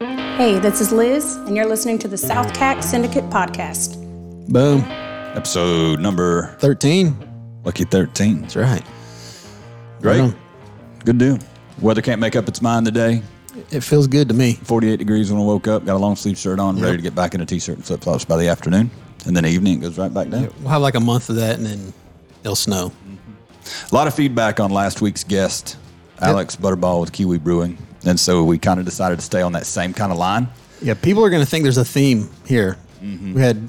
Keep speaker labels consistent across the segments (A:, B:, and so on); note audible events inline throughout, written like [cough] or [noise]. A: Hey, this is Liz, and you're listening to the South CAC Syndicate Podcast.
B: Boom.
C: Episode number
B: 13.
C: lucky 13.
B: That's right.
C: Great.
B: on.
C: Good deal. Weather can't make up its mind today.
B: It feels good to me.
C: 48 degrees when I woke up. Got a long sleeve shirt on, ready to get back in a t shirt and flip flops by the afternoon. And then evening, it goes right back down.
B: We'll have like a month of that and then it'll snow.
C: A lot of feedback on last week's guest, Alex Butterball with Kiwi Brewing. And so we kind of decided to stay on that same kind of line
B: Yeah, people are going to think there's a theme here. We had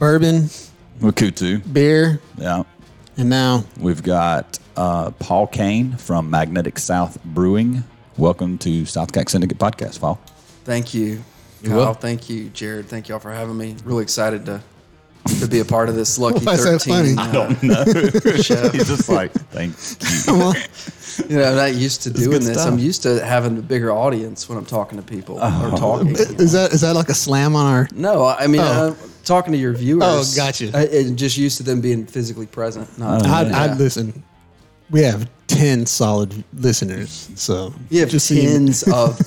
B: bourbon,
C: with Kutu.
B: beer,
C: Yeah.
B: and now
C: We've got uh, Paul Kane from Magnetic South Brewing. Welcome to South Cack Syndicate Podcast, Paul.
D: Thank you, Kyle.
B: welcome.
D: Thank you, Jared. Thank y'all for having me. Really excited to to be a part of
B: [laughs]
D: this lucky
B: Why is that
D: thirteen.
B: funny?
D: uh, show.
C: He's just like, [laughs] thanks.
D: You know, I'm not used to doing
C: good
D: this.
C: stuff.
D: I'm used to having a bigger audience when I'm talking to people or talking. you
B: Oh. is
D: know.
B: that is that like a slam on our?
D: No, I I mean
B: Oh.
D: uh, talking to your viewers.
B: Oh, gotcha.
D: I, and just used to them being physically present. Not uh,
B: I'd,
D: yeah.
B: I'd listen. We have ten solid listeners, so
D: You have
B: just so you- [laughs]
D: tens of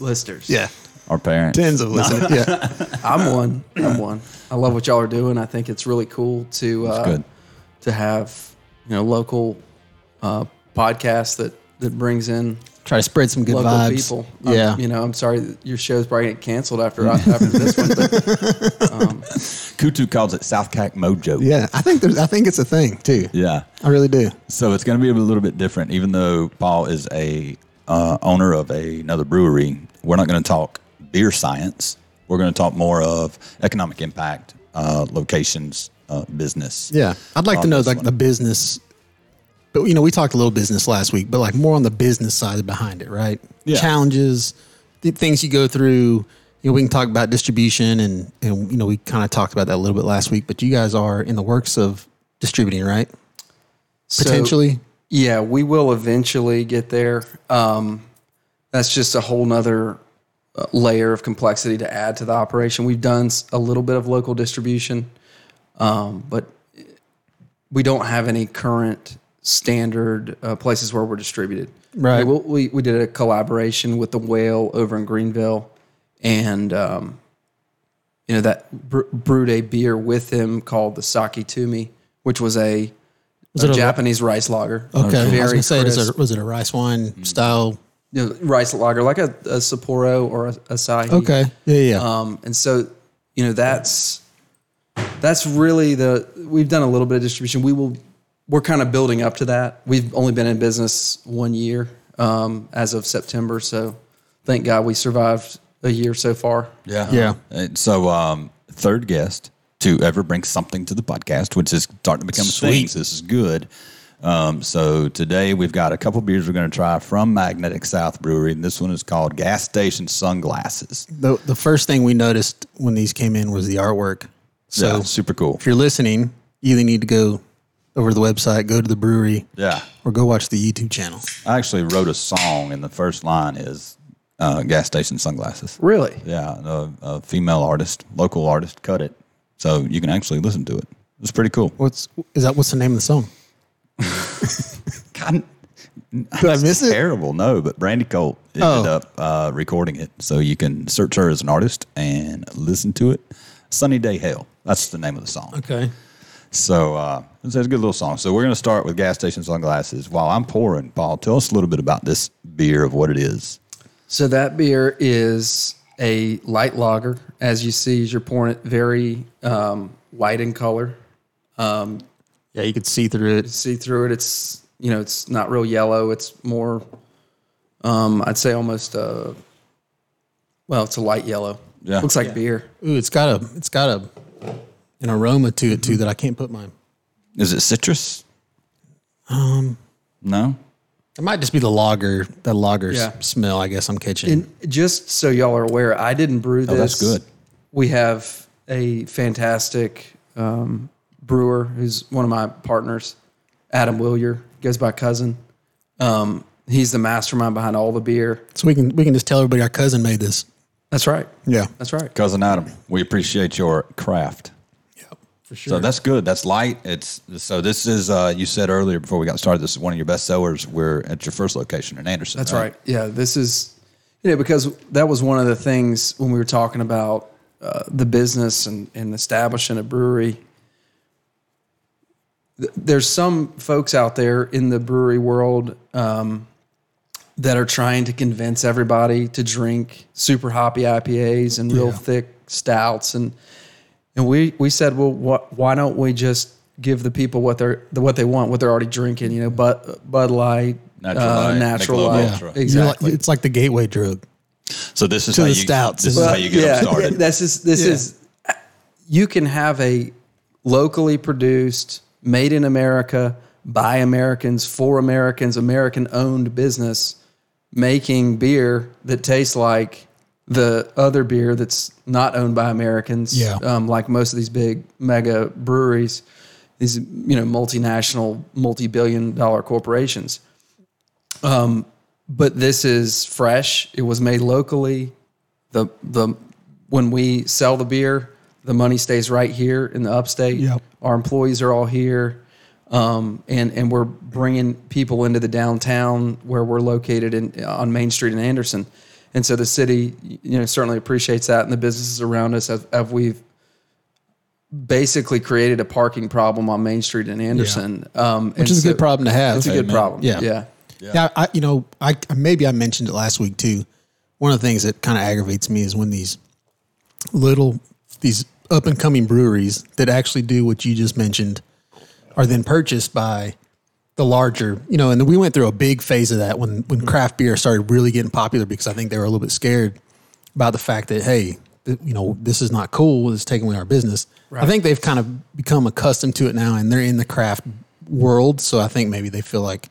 D: listeners.
B: yeah,
C: Our parents.
B: tens of listeners. yeah,
D: I'm one. I'm one. I love what y'all are doing. I think it's really cool to uh,
C: good.
D: to have you know local uh, podcasts that that brings in
B: [laughs] try to spread some good
D: local
B: vibes.
D: people. I'm-
B: Yeah,
D: you know, I'm sorry that your show's probably getting
B: [laughs]
D: canceled after after this one, but
C: Kutu calls it South Cack Mojo.
B: yeah. I think there's. I think it's a thing too.
C: Yeah.
B: I really do.
C: So it's going to be a little bit different, even though Paul is a uh, owner of a, another brewery. We're not going to talk beer science. We're going to talk more of economic impact, uh, locations, uh, business.
B: Yeah, I'd like to
C: on
B: know
C: this
B: like
C: one.
B: the business. But you know, we talked a little business last week, but like more on the business side behind it, right?
C: Yeah.
B: Challenges, the things you go through. You know, we can talk about distribution, and and you know, we kind of talked about that a little bit last week. But you guys are in the works of distributing, right?
D: so-
B: Potentially.
D: yeah, we will eventually get there. Um, that's just a whole nother uh, layer of complexity to add to the operation. We've done s- a little bit of local distribution, um, but we don't have any current standard uh, places where we're distributed.
B: Right.
D: We, we, we did a collaboration with the Whale over in Greenville, and um, you know that bre- brewed a beer with him called the Sake Tumi, which was a, a
B: it a-
D: Japanese rice lager.
B: Okay. I was
D: very
B: gonna say, it is
D: crisp
B: a, was it a rice wine style?
D: you know, rice lager, like a, a Sapporo or a Asahi.
B: Okay. Yeah, yeah. yeah.
D: Um, and so, you know, that's that's really the we've done a little bit of distribution. We will we're kind of building up to that. We've only been in business one year um, as of September, so thank God we survived a year so far.
C: Yeah.
B: Yeah.
C: And so, um, third guest to ever bring something to the podcast, which is starting to become a thing.
B: Sweet.
C: This is good. Um, so today we've got a couple beers we're going to try from Magnetic South Brewery, and this one is called Gas Station Sunglasses.
B: the the first thing we noticed when these came in was the artwork. So
C: yeah, super cool.
B: if you're listening, you either need to go over to the website, go to the brewery,
C: Yeah.
B: or go watch the YouTube channel.
C: I actually wrote a song, and the first line is uh, "Gas Station Sunglasses."
D: Really?
C: Yeah, a, a female artist, local artist, cut it, so you can actually listen to it. It's pretty cool.
B: What's is that? What's the name of the song? [laughs]
C: God,
B: Did I miss it?
C: terrible, no. But Brandy Colt ended
B: Oh.
C: up uh, recording it, so you can search her as an artist and listen to it. "Sunny Day Hell" that's the name of the song.
B: Okay.
C: So uh, it's, it's a good little song. So we're going to start with "Gas Station Sunglasses." While I'm pouring, Paul, tell us a little bit about this beer of what it is.
D: So that beer is a light lager, as you see as you're pouring it, very um, white in color.
B: Yeah, you could see through it.
D: see through it. It's you know, it's not real yellow. It's more, um, I'd say almost a, well, it's a light yellow.
C: Yeah.
D: looks like beer.
B: Ooh, it's got a it's got a an aroma to it too that I can't put my.
C: Is it citrus? Um, no.
B: It might just be the lager, that lager s-
D: Yeah.
B: smell. I guess I'm catching.
D: And just so y'all are aware, I didn't brew this.
C: Oh, that's good.
D: We have a fantastic um, brewer who's one of my partners, Adam Willier, goes by cousin. Um, he's the mastermind behind all the beer.
B: so we can we can just tell everybody our cousin made this.
D: That's right.
B: Yeah,
D: That's right.
C: Cousin Adam, we appreciate your craft.
B: for sure.
C: So that's good. That's light. It's so this is uh you said earlier before we got started, this is one of your best sellers. We're at your first location in Anderson.
D: That's right. Yeah, this is You know, because that was one of the things when we were talking about uh, the business and, and establishing a brewery. Th- There's some folks out there in the brewery world um, that are trying to convince everybody to drink super hoppy IPAs and real thick stouts, and and we we said, well, what, why don't we just give the people what they're what they want, what they're already drinking? You know, Bud Bud Light,
C: Natural
D: uh,
C: Light,
D: natural
C: Michelob
D: light,
C: Ultra.
B: You're like-
D: exactly.
B: it's like the gateway drug.
C: So this is
B: To
C: how
B: the
C: you
B: stouts
C: this
B: and-
C: is how
B: Well,
C: you get them started.
B: [laughs]
D: That's just, this is you can have a locally produced, made in America, by Americans, for Americans, American owned business making beer that tastes like the other beer that's not owned by Americans.
B: Yeah.
D: Um, like most of these big mega breweries, these you know multinational, multi-billion dollar corporations but this is fresh. It was made locally. The the when we sell the beer, the money stays right here in the upstate.
B: Yep.
D: Our employees are all here, um, and and we're bringing people into the downtown where we're located in on Main Street in Anderson, and so the city you know certainly appreciates that, and the businesses around us have, have we've basically created a parking problem on Main Street in Anderson, um,
B: Which is a good problem to have. eh?
D: It's a good
C: Amen.
D: problem.
B: Yeah.
D: yeah.
B: Yeah, I, you know, I maybe I mentioned it last week too. One of the things that kind of aggravates me is when these little, these up and coming breweries that actually do what you just mentioned are then purchased by the larger, you know, and we went through a big phase of that when when craft beer started really getting popular because I think they were a little bit scared about the fact that hey, th- you know, this is not cool. It's taking away our business. I think they've kind of become accustomed to it now, and they're in the craft world, so I think maybe they feel like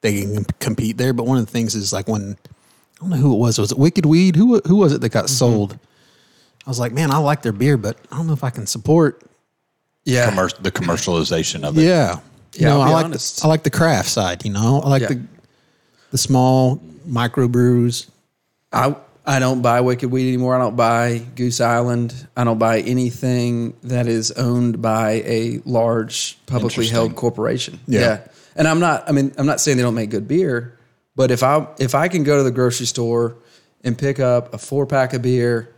B: they can compete there. But one of the things is like when I don't know who it was. Was it Wicked Weed? Who wa- who was it that got sold? I was like, man, I like their beer, but I don't know if I can support
D: yeah.
C: Commer- the commercialization of it.
B: yeah. You
D: Yeah,
B: know,
D: I'll be
B: I like
D: honest.
B: The, I like the craft side, you know. I like
D: Yeah.
B: the the small microbrews.
D: I I don't buy Wicked Weed anymore. I don't buy Goose Island. I don't buy anything that is owned by a large publicly held corporation. Yeah. And I'm not I mean I'm not saying they don't make good beer, but if I if I can go to the grocery store and pick up a four pack of beer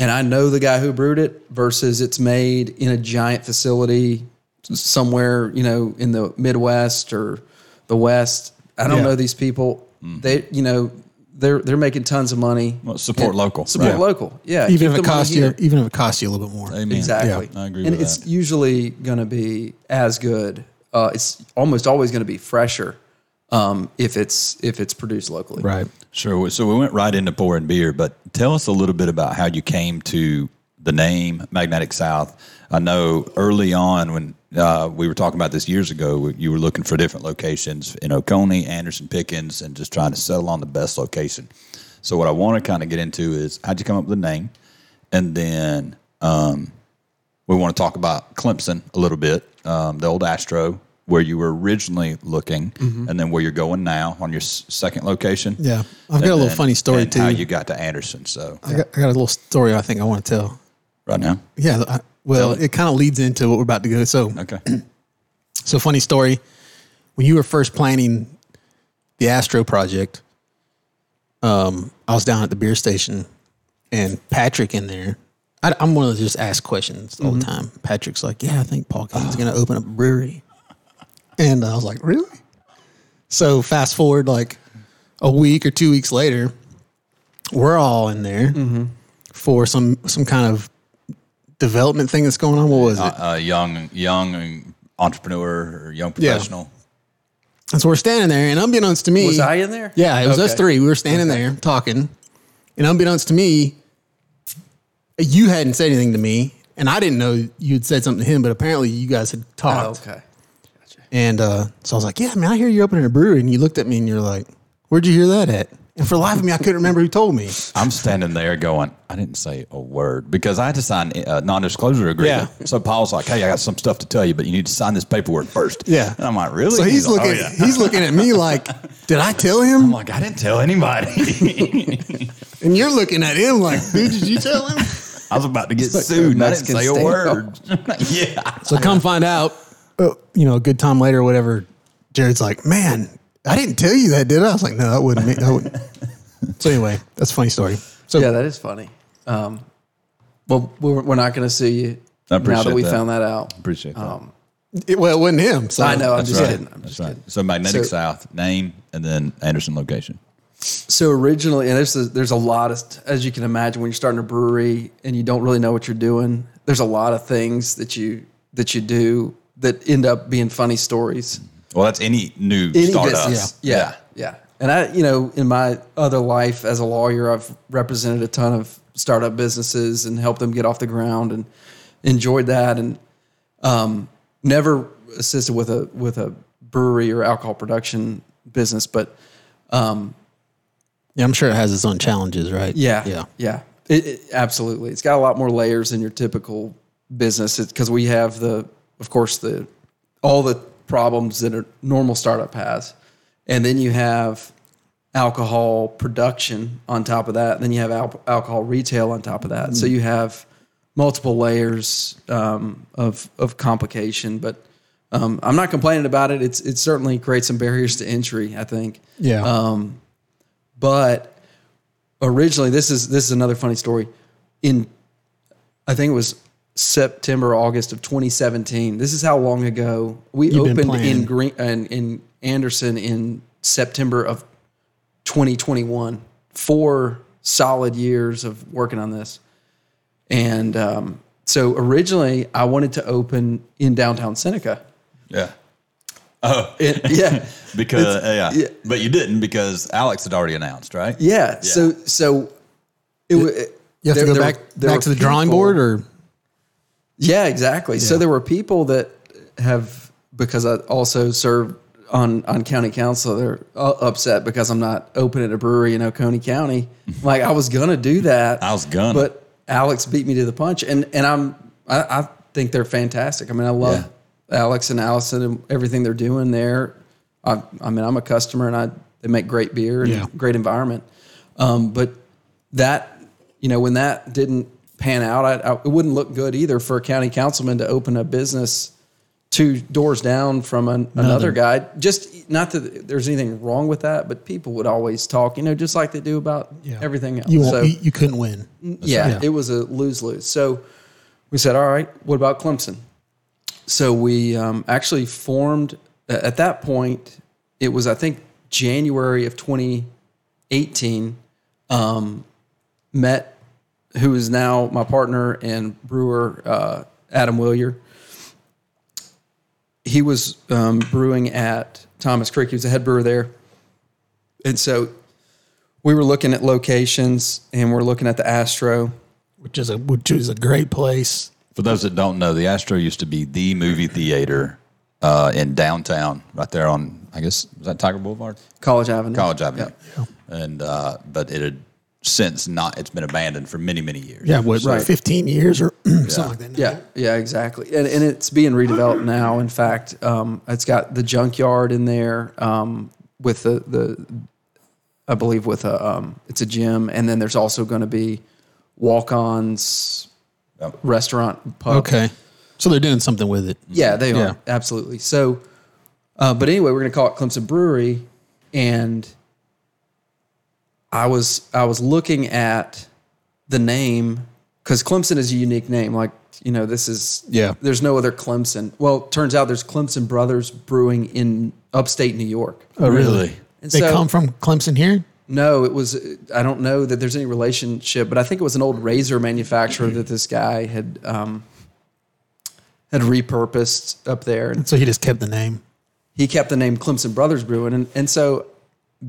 D: and I know the guy who brewed it versus it's made in a giant facility somewhere, you know, in the Midwest or the West. I don't
B: Yeah. Mm-hmm.
D: know these people. They, you know, they're they're making tons of money.
C: Well, support local.
D: Support
C: Right.
D: local. Yeah.
B: Even if
D: keep
B: it
D: the money
B: costs you,
D: here.
B: even if it costs you a little bit more.
C: Amen.
D: Exactly.
C: Yeah, I agree
D: And
C: with
D: it's
C: that.
D: usually going to be as good. Uh, it's almost always going to be fresher um, if it's if it's produced locally.
B: Right.
C: Sure. So we went right into pouring beer, but tell us a little bit about how you came to the name Magnetic South. I know early on when uh, we were talking about this years ago, you were looking for different locations in Oconee, Anderson, Pickens, and just trying to settle on the best location. So what I want to kind of get into is how'd you come up with the name, and then um, we want to talk about Clemson a little bit, um, the old Astro, where you were originally looking, and then where you're going now on your s- second location.
B: Yeah. I've got a little
C: And-
B: funny story
C: and
B: too.
C: How you got to Anderson? So
B: I, got, I got a little story I think I want to tell.
C: right now,
B: Yeah. I, well, it kind of leads into what we're about to go. So,
C: okay,
B: [clears throat] so funny story. When you were first planning the Astro project, um, I was down at the beer station, and Patrick in there. I, am one of those just ask questions all the time. Patrick's like, "Yeah, I think Paul Kane's going to open up a brewery," and I was like, "Really?" So fast forward like a week or two weeks later, we're all in there for some some kind of development thing that's going on. What was it?
C: a Uh, young young entrepreneur or young professional.
B: And so we're standing there, and unbeknownst to me,
D: Was I in there?
B: Yeah, it was us
D: Okay.
B: three. We were standing there talking, and unbeknownst to me, you hadn't said anything to me, and I didn't know you had said something to him, but apparently you guys had
D: Oh,
B: talked.
D: okay.
B: And uh, so I was like, "Yeah, man, I hear you're opening a brewery," and you looked at me and you're like, "Where'd you hear that at?" And for the life of me, I couldn't remember who told
D: [laughs]
B: me.
C: I'm standing there going, I didn't say a word because I had to sign a non-disclosure agreement.
B: Yeah.
C: So Paul's like, Hey, I got some stuff to tell you, but you need to sign this paperwork first.
B: Yeah.
C: and I'm like, Really?
B: So he's,
C: like,
B: looking,
C: "Oh, yeah."
B: he's looking at me like, "Did I tell him?"
C: I'm like, I didn't tell anybody. [laughs]
B: And you're looking at him like, "Dude, did you tell
D: [laughs]
B: him?"
C: I was about to get sued. And I didn't
D: Mexican
C: say a
D: stand-up.
C: word. [laughs]
B: [laughs]
C: yeah.
B: So come find out, uh, you know, a good time later or whatever. Jared's like, man, I didn't tell you that, did I? I was like, no, that wouldn't me. That wouldn't. [laughs] So anyway, that's a funny story. So
D: Yeah, that is funny. Um, well, we're, we're not going to sue you
C: I
D: now that
C: appreciate
D: we
C: that.
D: found that out.
C: Appreciate that.
B: it, well, it wasn't him. So
D: I know. Um, I'm
C: That's
D: just
C: right.
D: kidding. I'm
C: That's
D: just
C: right.
D: kidding.
C: So magnetic
D: So-
C: south name and then Anderson location.
D: So originally, and there's a, there's a lot of as you can imagine when you're starting a brewery and you don't really know what you're doing. There's a lot of things that you that you do that end up being funny stories.
C: Well, that's any new
D: Any
C: startup.
D: business, yeah. yeah, And I, you know, in my other life as a lawyer, I've represented a ton of startup businesses and helped them get off the ground and enjoyed that and um, never assisted with a with a brewery or alcohol production business, but
B: yeah, I'm sure it has its own challenges, right?
D: Yeah.
B: yeah.
D: Yeah. It, it- absolutely. It's got a lot more layers than your typical business because we have the, of course, the all the problems that a normal startup has, and then you have alcohol production on top of that, and then you have al- alcohol retail on top of that. So you have multiple layers um, of of complication, but. Um, I'm not complaining about it. It's it certainly creates some barriers to entry. I think
B: Yeah.
D: Um, but originally this is this is another funny story in i think it was september august of 2017 this is how long ago we
B: You've been
D: opened
B: planning.
D: in green in, in anderson in september of 2021 four solid years of working on this and um, so originally i wanted to open in downtown seneca
C: Yeah.
D: It- [laughs] yeah
C: Because uh, yeah.
D: yeah.
C: but you didn't because Alex had already announced, right?
D: yeah, so so it, wa-
B: you have
D: there-
B: to go
D: there-
B: back
D: there were
B: back to the drawing
D: people-
B: board, or
D: Yeah, exactly. So there were people that have because I also served on on county council. They're uh, upset because I'm not opening a brewery in
C: [laughs]
D: Oconee County. Like I was gonna do that.
C: I was gonna.
D: but Alex beat me to the punch, and and I'm I, I think they're fantastic. I mean, I love Alex and Allison and everything they're doing there. I, I mean, I'm a customer, and I they make great beer and
B: Yeah.
D: great environment. Um, but that, you know, when that didn't pan out, I, I, it wouldn't look good either for a county councilman to open a business two doors down from an, another guy. Just not that there's anything wrong with that, but people would always talk, you know, just like they do about everything else.
B: you won't,
D: so,
B: you, you couldn't win.
D: yeah,
B: right.
D: it was a lose lose. So we said, all right, what about Clemson? So we um, actually formed a- at that point. It was I think January of 2018. Um, met who is now my partner and brewer uh, Adam Willier. He was um, brewing at Thomas Creek. He was a head brewer there, and so we were looking at locations and we're looking at the Astro.
B: Which is a which is a great place.
C: For those that don't know, the Astro used to be the movie theater uh, in downtown, right there on I guess was that Tiger Boulevard,
D: College Avenue.
C: College Avenue, and uh, but it had since not it's been abandoned for many many years.
B: Yeah, what
D: Right.
B: 15 years or [clears throat] something like that. now.
D: Yeah, yeah, exactly. And, and it's being redeveloped now. In fact, um, it's got the junkyard in there um, with the, the, I believe with a, um, it's a gym. And then there's also going to be walk ons,
C: Yep.
D: restaurant, pub.
B: Okay. So they're doing something with it.
D: Yeah, they
B: Yeah.
D: are absolutely. So, uh, but anyway, we're going to call it Clemson Brewery, and I was I was looking at the name because Clemson is a unique name. Like you know, this is
B: Yeah.
D: There's no other Clemson. Well, turns out there's Clemson Brothers Brewing in upstate New York.
B: Oh,
C: really?
D: And
B: They
D: so-
B: come from Clemson here?
D: No, it was. I don't know that there's any relationship, but I think it was an old razor manufacturer that this guy had um, had repurposed up there. And
B: So he just kept the name.
D: he kept the name Clemson Brothers Brewing, and and so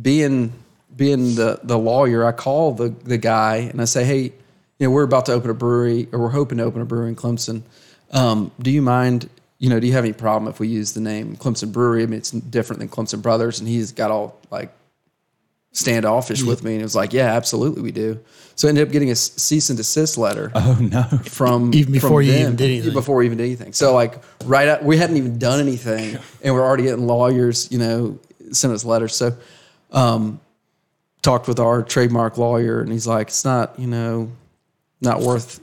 D: being being the the lawyer, I call the the guy and I say, hey, you know, we're about to open a brewery, or we're hoping to open a brewery in Clemson. Um, do you mind? You know, do you have any problem if we use the name Clemson Brewery? I mean, it's different than Clemson Brothers, and he's got all like standoffish with me, and it was like, yeah, absolutely, we do. So I ended up getting a s- cease and desist letter
C: Oh no.
D: from
B: [laughs] Even before
D: from
B: you
D: them,
B: even did anything.
D: Before we even did anything. So like right out, we hadn't even done anything, and we're already getting lawyers, you know, sent us letters. So, um, talked with our trademark lawyer, and he's like, it's not, you know, not worth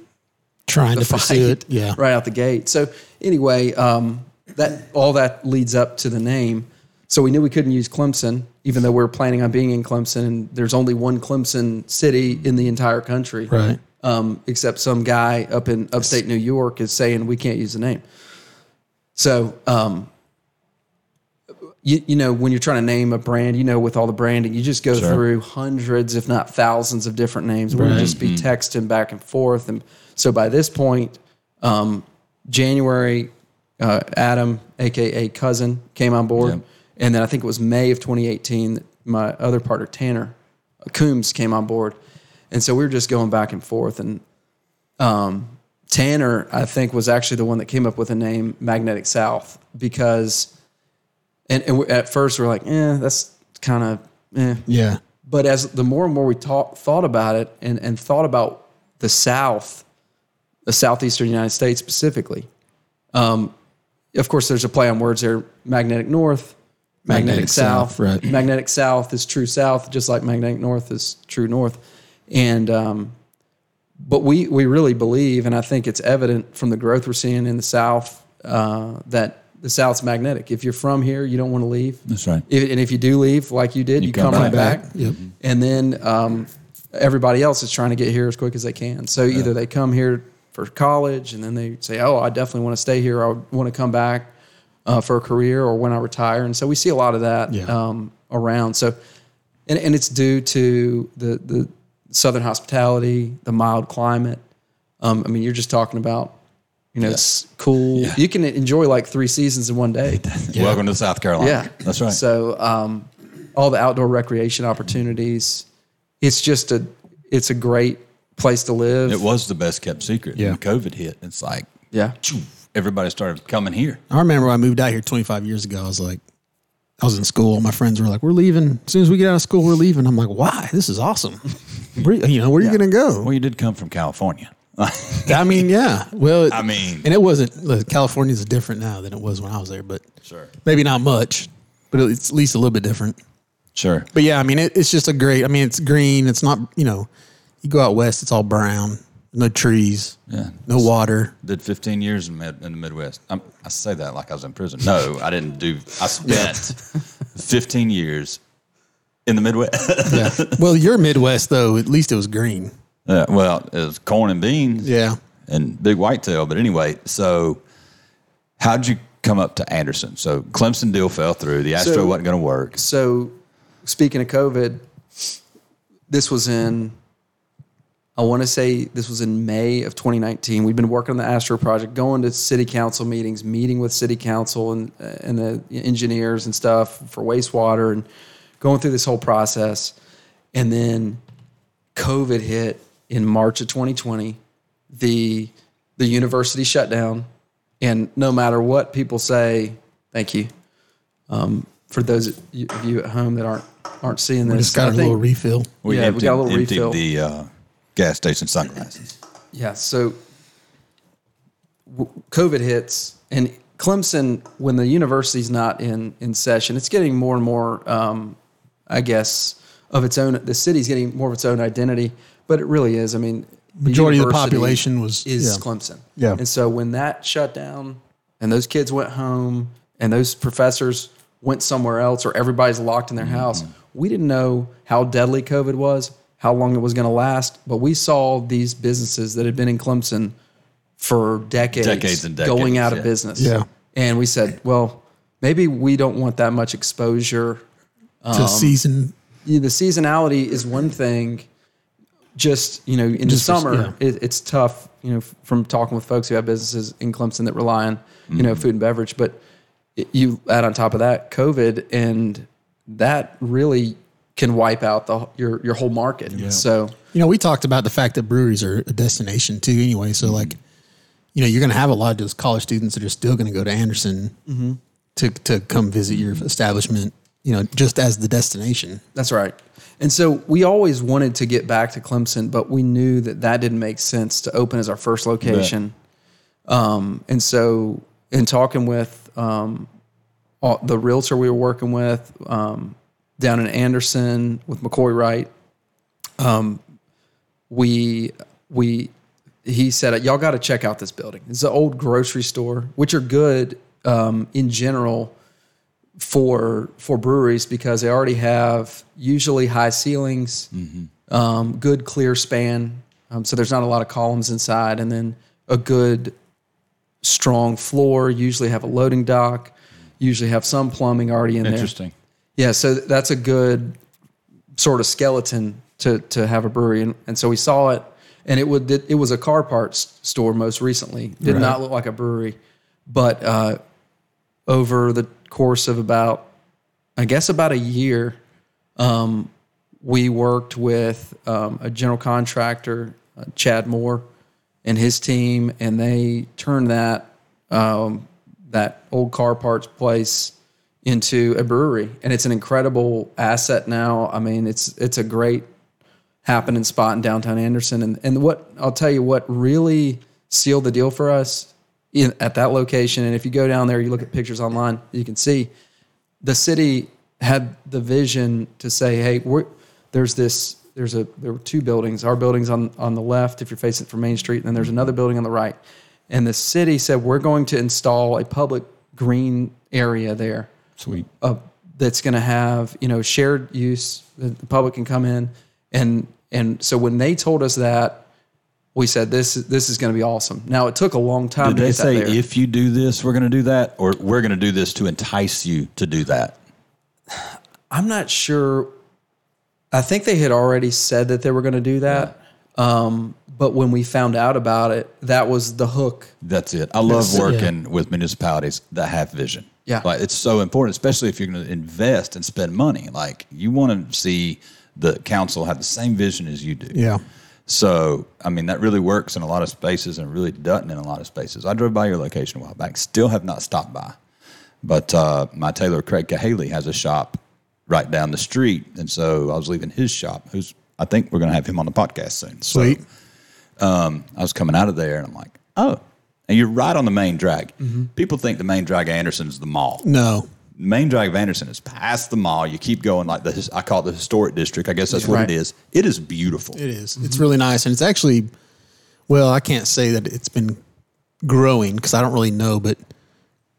B: Trying to pursue it. [laughs] Yeah.
D: [laughs] right out the gate. So anyway, um, that all that leads up to the name. So we knew we couldn't use Clemson, even though we were planning on being in Clemson. And there's only one Clemson city in the entire country,
B: Right.
D: Um, except some guy up in upstate New York is saying we can't use the name. So, um, you, you know, when you're trying to name a brand, you know, with all the branding, you just go through hundreds, if not thousands, of different names. We'll just be texting back and forth. And so by this point, um, January, uh, Adam, AKA cousin, came on board. And then I think it was May of 2018 that my other partner, Tanner uh, Coombs, came on board. And so we were just going back and forth. And um, Tanner, I think, was actually the one that came up with the name Magnetic South because, and, and we- at first we are like, eh, that's kind of, eh.
B: Yeah.
D: But as the more and more we talk, thought about it and, and thought about the South, the southeastern United States specifically, um, of course, there's a play on words there magnetic north, magnetic,
B: Magnetic
D: south.
B: South, right.
D: Magnetic south is true south, just like magnetic north is true north. And, um, but we, we really believe, and I think it's evident from the growth we're seeing in the South, uh, that the South's magnetic. If you're from here, you don't want to leave.
C: That's right.
D: If- and if you do leave, like you did, you, come, right back. Mm-hmm.
B: Yep.
D: And then um, everybody else is trying to get here as quick as they can. So either they come here for college and then they say, oh, I definitely want to stay here. I want to come back uh, for a career or when I retire. And so we see a lot of that
B: Yeah.
D: um, around. So, and, and it's due to the, the Southern hospitality, the mild climate. Um, I mean, you're just talking about, you know, it's cool. You can enjoy like three seasons in one day.
C: Welcome to South Carolina.
D: Yeah,
C: That's right.
D: So um, all the outdoor recreation opportunities. It's just a it's a great place to live.
C: it was the best kept secret.
B: Yeah.
C: When COVID hit, it's like
D: Yeah,
C: everybody started coming here.
B: I remember when I moved out here 25 years ago. I was like, I was in school. My friends were like, "We're leaving as soon as we get out of school. We're leaving." I'm like, "Why? This is [laughs] awesome. Where, you know, where are you gonna go?"
D: Oh.
C: Well, you did come from California. [laughs]
B: I mean, yeah. Well,
C: I mean-
B: and it wasn't. Look, California's different now than it was when I was there, but
C: Sure.
B: maybe not much, but it's at least a little bit different.
C: Sure.
B: But yeah, I mean, it, it's just a great. I mean, it's green. It's not. You know, you go out west, it's all brown. No trees.
C: Yeah.
B: No water.
C: Did 15 years in, mid, in the Midwest. I'm, I say that like I was in prison. No, I didn't do. I
D: [laughs]
C: spent 15 years in the Midwest. [laughs]
B: [laughs] Yeah. well, your Midwest though, at least it was green.
C: Uh, well, it was corn and beans.
B: Yeah.
C: and big whitetail. But anyway, so how'd you come up to Anderson? So Clemson deal fell through. The Astro
D: So-
C: wasn't going to work.
D: so speaking of COVID, this was in, I want to say this was in May of 2019. We've been working on the Astro project, going to city council meetings, meeting with city council and, uh, and the engineers and stuff for wastewater and going through this whole process. And then COVID hit in March of 2020. The, the university shut down. And no matter what people say, thank you um, for those of you of you at home that aren't aren't seeing this.
B: Just got
D: I
B: a
D: think-
B: little refill.
C: We
D: Yeah, we got a little
C: emptied
D: refill.
C: the uh, gas station sunglasses.
D: Yeah. So w- COVID hits, and Clemson, when the university's not in in session, it's getting more and more, um, I guess, of its own. The city's getting more of its own identity, but it really is. I mean, the
B: Majority of the
D: university
B: population was-
D: is
B: yeah.
D: Clemson.
B: Yeah.
D: And so when that shut down, and those kids went home, and those professors went somewhere else, or everybody's locked in their
C: Mm-hmm.
D: house, we didn't know how deadly COVID was, how long it was going to last, but we saw these businesses that had been in Clemson for decades,
C: Decades and
D: going
C: decades,
D: out of
C: yeah.
D: business.
B: Yeah.
D: And we said, well, maybe we don't want that much exposure.
B: to season.
D: You know, the seasonality is one thing. Just you know, in
B: Just for-
D: the summer,
B: yeah.
D: it, it's tough. You know, f- from talking with folks who have businesses in Clemson that rely on you
B: Mm.
D: know food and beverage, but it- you add on top of that COVID, and that really can wipe out the your your whole market. So
B: You know, we talked about the fact that breweries are a destination too. Anyway, so like, you know, you're going to have a lot of those college students that are still going to go to Anderson to to come visit your establishment. You know, just as the destination.
D: That's right. And so we always wanted to get back to Clemson, but we knew that that didn't make sense to open as our first location. Um, and so, in talking with um, all, the realtor we were working with um, down in Anderson with McCoy Wright, um, we we he said, "Y'all got to check out this building. It's an old grocery store, which are good um, in general." for for breweries because they already have usually high ceilings, um, good clear span, um, so there's not a lot of columns inside, and then a good strong floor. Usually have a loading dock. Usually have some plumbing already in there.
C: Interesting.
D: Yeah, so th- that's a good sort of skeleton to to have a brewery, and, and so we saw it, and it would it was a car parts store most recently. Did not look like a brewery, but uh, over the course of about, I guess about a year, um, we worked with um, a general contractor, uh, Chad Moore, and his team, and they turned that um, that old car parts place into a brewery, and it's an incredible asset now. I mean, it's it's a great happening spot in downtown Anderson, and and what I'll tell you what really sealed the deal for us in, at that location. And if you go down there, you look at pictures online, you can see the city had the vision to say, "Hey, we're, there's this. There's a there were two buildings. Our building's on on the left if you're facing from Main Street, and then there's another building on the right." And the city said, "We're going to install a public green area there
C: Sweet.
D: a, that's going to have you know shared use. The, the public can come in, and and so when they told us that, we said this is- this is going to be awesome. Now it took a long time
C: Did
D: to
C: they
D: get
C: say
D: that there.
C: if you do this, we're going to do that, or we're going to do this to entice you to do that?
D: I'm not sure. I think they had already said that they were going to do that. Um, but when we found out about it, that was the hook.
C: That's it. I love working with municipalities that have vision.
D: Yeah.
C: Like it's so important, especially if you're going to invest and spend money. Like you want to see the council have the same vision as you do.
B: Yeah.
C: So, I mean, that really works in a lot of spaces and really doesn't in a lot of spaces. I drove by your location a while back, still have not stopped by. But uh, my tailor, Craig Cahaley, has a shop right down the street. And so I was leaving his shop, who's, I think we're going to have him on the podcast soon. So,
B: Sweet.
C: I was coming out of there and I'm like, oh, and you're right on the main drag.
D: Mm-hmm.
C: People think the main drag of Anderson is the mall.
B: No.
C: Main drag of Anderson is past the mall. You keep going like the his- I call it the historic district. I guess that's what
D: Right.
C: it is. It is beautiful.
B: It is. It's really nice, and it's actually, well, I can't say that it's been growing because I don't really know, but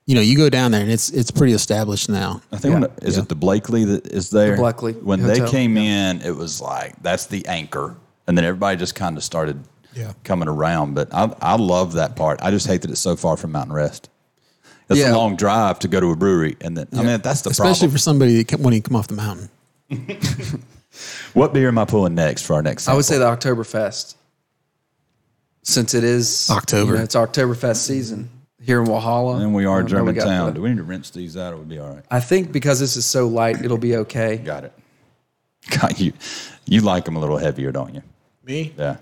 B: you know, you go down there and it's it's pretty established now.
C: I think when, is it the Blakely that is there?
D: The Blakely
C: When they
D: Hotel,
C: came in, it was like that's the anchor, and then everybody just kind of started
B: Yeah.
C: coming around. But I I love that part. I just hate that it's so far from Mountain Rest. That's
D: Yeah.
C: a long drive to go to a brewery, and then I mean that's the
B: Especially
C: problem.
B: for somebody that when you come off the mountain.
C: what beer am I pulling next for our next?
D: I would say the Oktoberfest, since it is
B: October.
D: you know, it's Oktoberfest season here in Wahala.
C: And we
D: I
C: are
D: don't know what we got for
C: Germantown.
D: that.
C: Do we need to rinse these out, or we'll be all right?
D: I think because this is so light, it'll be okay.
C: Got it. Got you. You like them a little heavier, don't you?
B: Me?
C: Yeah.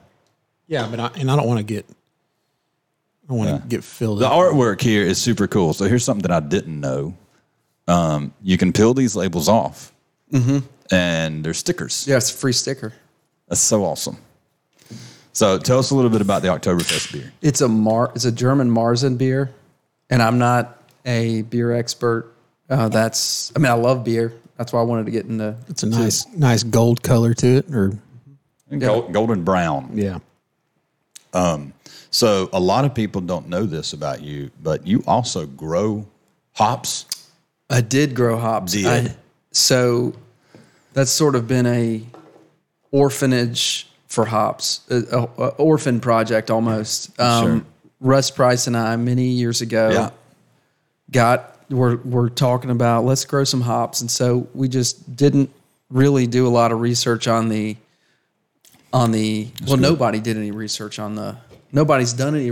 B: Yeah, but I, and I don't want to get, I don't want to get filled
C: The
B: up.
C: artwork here is super cool. So here's something that I didn't know. Um, you can peel these labels off, and they're stickers.
D: Mm-hmm. Yeah, it's a free sticker.
C: That's so awesome. So tell us a little bit about the Oktoberfest beer.
D: It's a Mar, it's a German Marzen beer, and I'm not a beer expert. Uh, that's, I mean, I love beer. That's why I wanted to get into.
B: It's a nice nice gold color to it, or
C: Gold, golden brown.
B: yeah,
C: So a lot of people don't know this about you, but you also grow hops.
D: I did grow hops.
C: Did.
D: I- so that's sort of been a orphanage for hops, a, a- a orphan project almost. Um,
C: Sure.
D: Russ Price and I many years ago. got we're we're talking about let's grow some hops and so we just didn't really do a lot of research on the on the well nobody did any research on the nobody's done any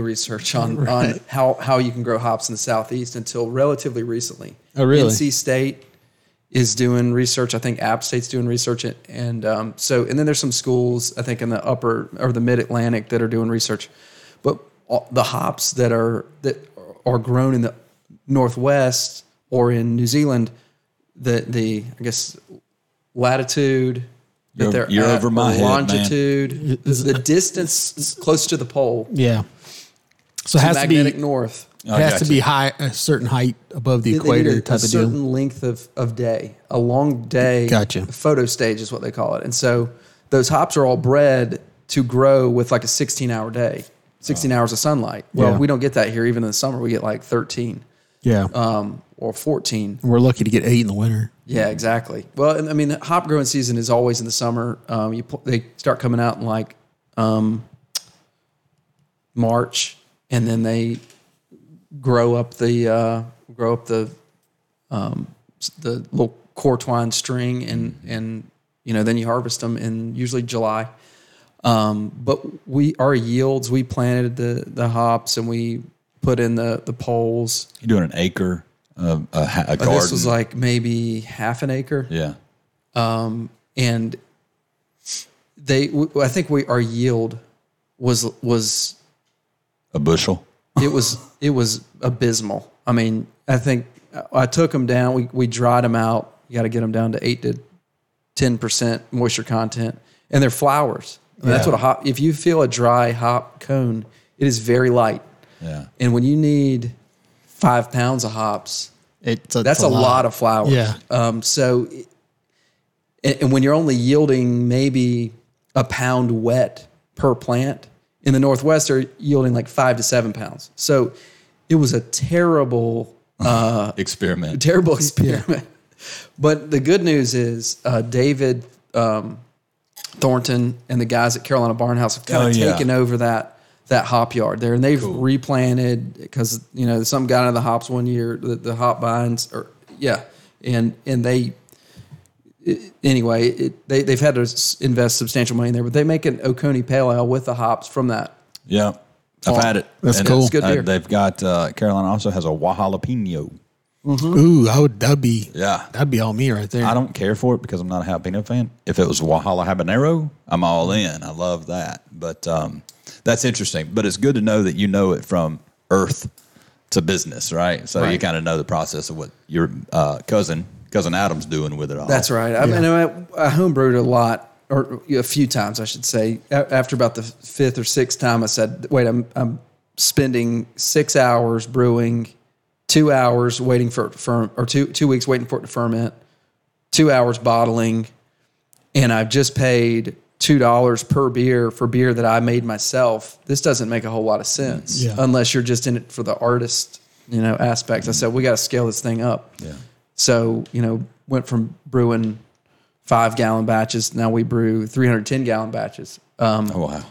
B: [laughs]
D: research on on how how you can grow hops in the southeast until relatively recently
B: Oh, really?
D: nc state is doing research i think app state's doing research and- and um, so and then there's some schools i think in the upper or the mid atlantic that are doing research but all- the hops that are that are grown in the northwest or in new zealand the the i guess latitude that
C: You're-
D: they're
C: you're
D: at,
C: over my
D: or
C: head, man.
D: longitude, the distance close to the pole,
B: yeah. So it has to be
D: magnetic north,
C: I
B: has to
C: gotcha.
B: be high a certain height above the
D: They need
B: equator
D: a,
B: type
D: a
B: of deal.
D: certain length of, of day, a long day.
B: Gotcha.
D: Photo stage is what they call it, and so those hops are all bred to grow with like a 16 hour day, 16 hours of sunlight. Well,
B: Yeah.
D: we don't get that here, even in the summer. We get like 13.
B: yeah,
D: um, or 14.
B: We're lucky to get eight in the winter.
D: Yeah, exactly. Well, and, I mean, the hop growing season is always in the summer. Um, you pl- they start coming out in like um, March, and then they grow up the uh, grow up the um, s- the little core twine string, and and you know then you harvest them in usually July. Um, but we our yields we planted the the hops and we put in the the poles.
C: You're doing an acre, uh, a, ha- a
D: But
C: garden.
D: Oh, This was like maybe half an acre.
C: yeah.
D: and they w- i think we our yield was was
C: A bushel.
D: it was it was abysmal i mean i think i took them down we, we dried them out you got to get them down to 8 to 10% moisture content and they're flowers I mean, that's what a hop if you feel a dry hop cone it is very light
C: Yeah.
D: and when you need five pounds of hops
B: It's
D: that's a lot. of flowers.
B: Yeah.
D: Um, so, and, and when you're only yielding maybe a pound wet per plant in the Northwest, are yielding like five to seven pounds. So, it was a terrible,
C: Experiment.
D: [laughs] terrible experiment. But the good news is uh, David um, Thornton and the guys at Carolina Barnhouse have kind
C: Oh,
D: of
C: yeah.
D: taken over that that hop yard there, and they've replanted because you know something got into the hops one year, the, the hop vines, or yeah, and and they anyway, it, they, they've had to s- invest substantial money in there, but they make an Oconee Pale Ale with the hops from that.
C: Yeah. I've had it.
B: That's
C: And
B: cool.
C: it's-
B: It's
D: good
C: uh,
D: beer.
C: they've got uh, Carolina also has a jalapeno.
B: Ooh, I would. That'd be.
C: Yeah.
B: That'd be all me right there.
C: I don't care for it because I'm not a jalapeno fan. If it was Wahala habanero, I'm all in. I love that. But um, that's interesting. But it's good to know that you know it from earth to business, right? So you kind of know the process of what your uh, cousin cousin Adam's doing with it all.
D: That's right. I mean, I, I homebrewed a lot, or a few times, I should say. A- After about the fifth or sixth time, I said, "Wait, I'm I'm spending six hours brewing, two hours waiting for it to ferment, or two two weeks waiting for it to ferment, two hours bottling, and I've just paid." Two dollars per beer for beer that I made myself. This doesn't make a whole lot of sense
B: Yeah.
D: unless you're just in it for the artist, you know, aspects. I said we got to scale this thing up.
C: Yeah.
D: So, you know, went from brewing five gallon batches. Now we brew 310 gallon batches. Um,
C: Oh, wow.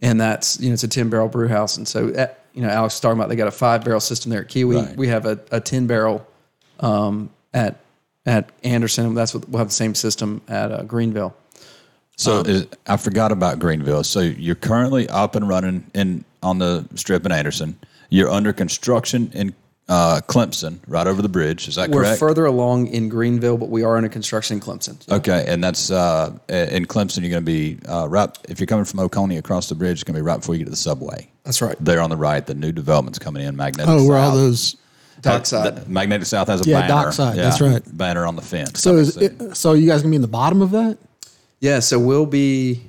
D: and that's, you know, it's a 10 barrel brew house. And so, uh, you know, Alex was talking about they got a five barrel system there at Kiwi.
C: Right.
D: We have a, a 10 barrel um, at, at Anderson. That's what we'll have the same system at uh, Greenville.
C: So
B: Um,
C: is, I forgot about Greenville. So you're currently up and running in on the strip in Anderson. You're under construction in uh, Clemson, right over the bridge. Is that
D: We're
C: correct?
D: further along in Greenville, but we are under construction in Clemson.
C: Okay, and that's uh, in Clemson. You're going to be uh, right if you're coming from Oconee across the bridge. It's going to be right before you get to the subway.
D: That's right.
C: There on the right, the new development's coming in. Magnetic.
B: oh,
C: South.
B: we're all those.
D: Dockside.
C: uh, The- Magnetic South has a
B: Yeah,
C: banner.
B: Dockside, that's right.
C: Banner on the fence.
B: So
C: I've
B: is
C: seen it.
B: it, so you guys gonna be in the bottom of that?
D: Yeah, so we'll be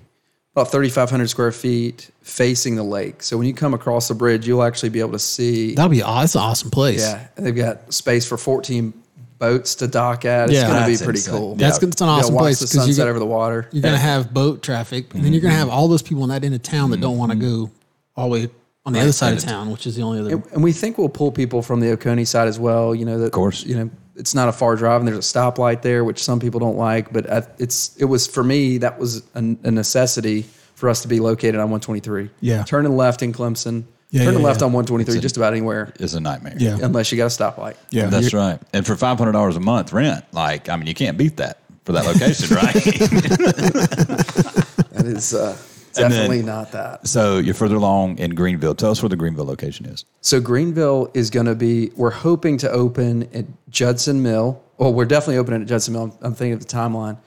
D: about 3,500 square feet facing the lake. So when you come across the bridge, you'll actually be able to see.
B: That'll be aw- that's an awesome place.
D: Yeah, they've got space for 14 boats to dock at. It's
B: Yeah.
D: going to
C: That's
D: be pretty
C: insane.
D: cool.
C: Yeah.
B: That's it's an
D: You gotta
B: awesome
D: watch
B: place
D: the
B: because you
D: sunset
B: get-
D: over the water.
B: you're gonna have boat traffic, and then you're gonna
D: Mm-hmm.
B: have all those people on that end of town that don't want to go all the way on the other side of town, which is the only other.
D: And we think we'll pull people from the Oconee side as well. You know, that, of
C: course.
D: You know, it's not a far drive, and there's a stoplight there, which some people don't like. But I, it's it was for me that was a, a necessity for us to be located on 123.
B: Yeah.
D: turning left in Clemson.
B: Yeah,
D: turning
B: yeah,
D: left
B: yeah.
D: on 123, just about anywhere,
C: It's a nightmare.
B: Yeah.
D: unless you got a stoplight.
B: yeah,
C: that's right. And for five hundred dollars a month rent, like I mean, you can't beat that for that location,
D: [laughs]
C: right?
D: That is uh,
C: And then-
D: definitely not that.
C: so you're further along in Greenville. Tell us where the Greenville location is.
D: So Greenville is going to be. We're hoping to open at Judson Mill. Well, we're definitely opening at Judson Mill. I'm, I'm thinking of the timeline.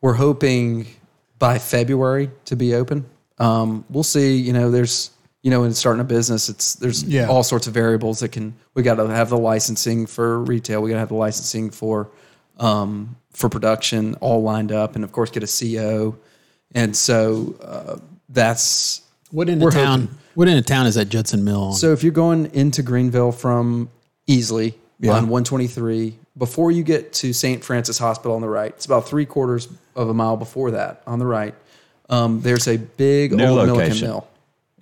D: We're hoping by February to be open. Um, we'll see. You know, there's you know, in starting a business, it's there's
B: Yeah.
D: all sorts of variables that can. We got to have the licensing for retail. We got to have the licensing for um, for production all lined up, and of course get a CO. And so uh, that's
B: What end
D: We're
B: of town?
D: hoping.
B: What end of town is that Judson Mill? On?
D: so if you're going into Greenville from Easley
B: Yeah.
D: on 123, before you get to St. Francis Hospital on the right, it's about three quarters of a mile before that on the right. Um, there's a big
C: New
D: old Milliken
C: location.
D: mill.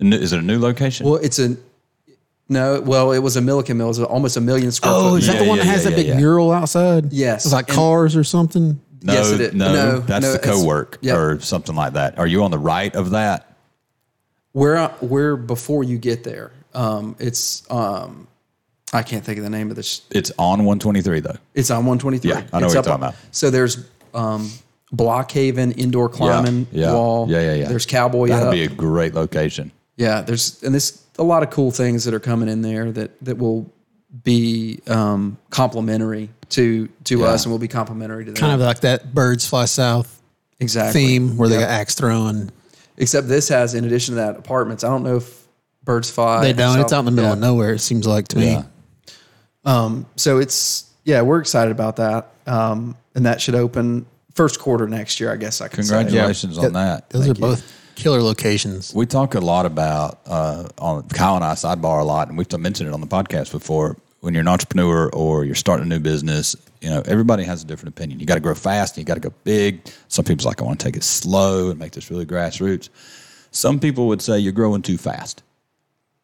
C: N- Is it a new location?
D: Well, it's a No, well, it was a Milliken Mill. It was almost a million square
B: Oh,
D: foot.
B: is that
C: Yeah,
B: the one that
C: yeah,
B: has
C: yeah,
B: that big
C: yeah, yeah.
B: mural outside?
D: Yes.
B: It's like
D: And-
B: cars or something.
C: No,
D: Yes, it is.
C: no,
D: No,
C: that's
D: no,
C: the
D: it's-
C: co-work
D: yeah.
C: or something like that. Are you on the right of that?
D: Where where before you get there, um, it's um, I can't think of the name of this.
C: It's on 123 though.
D: It's on 123.
C: Yeah, I know
D: it's
C: what you're
D: up
C: talking
D: on-
C: about.
D: So there's um, Block Haven indoor climbing
C: yeah,
D: wall.
C: yeah, yeah, yeah.
D: There's Cowboy.
C: That'd
D: Up.
C: be a great location.
D: yeah, there's and there's a lot of cool things that are coming in there that that will be um, complimentary to to us and will be complimentary to them.
B: Kind of like that birds fly south
D: exactly.
B: theme where they got axe throwing.
D: Except this has, in addition to that, apartments. I don't know if Birds Fly.
B: They don't. It's out
D: South-
B: in the middle
D: yeah.
B: of nowhere. It seems like to me.
C: Yeah.
D: So it's yeah, we're excited about that, um, and that should open first quarter next year. I guess I can say.
C: Congratulations on that.
B: Those are both killer locations.
C: We talk a lot about uh, on Kyle and I sidebar a lot, and we've mentioned it on the podcast before. When you're an entrepreneur or you're starting a new business, you know everybody has a different opinion. You got to grow fast, and you got to go big. Some people's like, I want to take it slow and make this really grassroots. Some people would say you're growing too fast.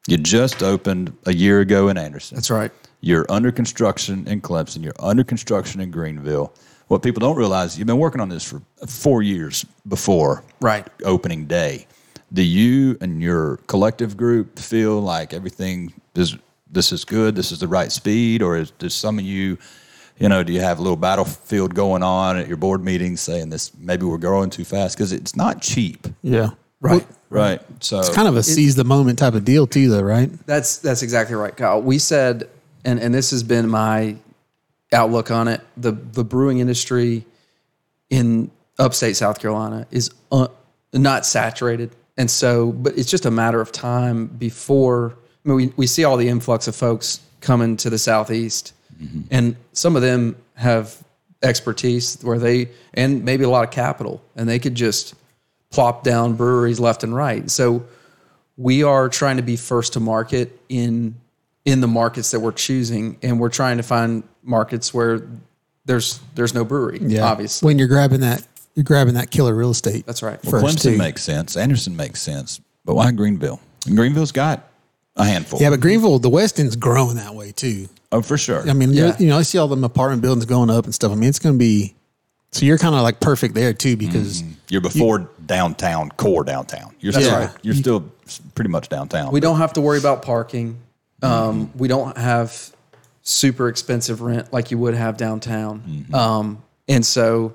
C: You just opened a year ago in Anderson.
D: That's right.
C: You're under construction in Clemson. You're under construction in Greenville. What people don't realize, you've been working on this for four years before
D: Right.
C: opening day. Do you and your collective group feel like everything is this is good? This is the right speed, or is does some of you, you know, do you have a little battlefield going on at your board meetings saying this? Maybe we're growing too fast because it's not cheap,
B: Yeah.
D: Right.
C: right? So
B: It's kind of a seize the moment type of deal too, though, right?
D: That's that's exactly right, Kyle. We said, and and this has been my outlook on it. The the brewing industry in upstate South Carolina is uh, not saturated, and so, but it's just a matter of time before. I mean, we we see all the influx of folks coming to the southeast, and some of them have expertise where they and maybe a lot of capital, and they could just plop down breweries left and right. So we are trying to be first to market in in the markets that we're choosing and we're trying to find markets where there's there's no brewery obviously
B: When you're grabbing that, you're grabbing that killer real estate.
D: that's right
B: First
C: Clemson
B: too.
C: makes sense. Anderson makes sense, but why Greenville? And Greenville's got a handful.
B: Yeah, but Greenville, the West End's growing that way too.
C: oh, for sure.
B: I mean,
D: Yeah.
B: you know, I see all them apartment buildings going up and stuff. I mean, it's going to be. So you're kind of like perfect there too, because
C: You're before downtown, core downtown. You're still,
B: right.
C: you're still s- pretty much downtown.
D: we don't have to worry about parking um, we don't have super expensive rent like you would have downtown um, and so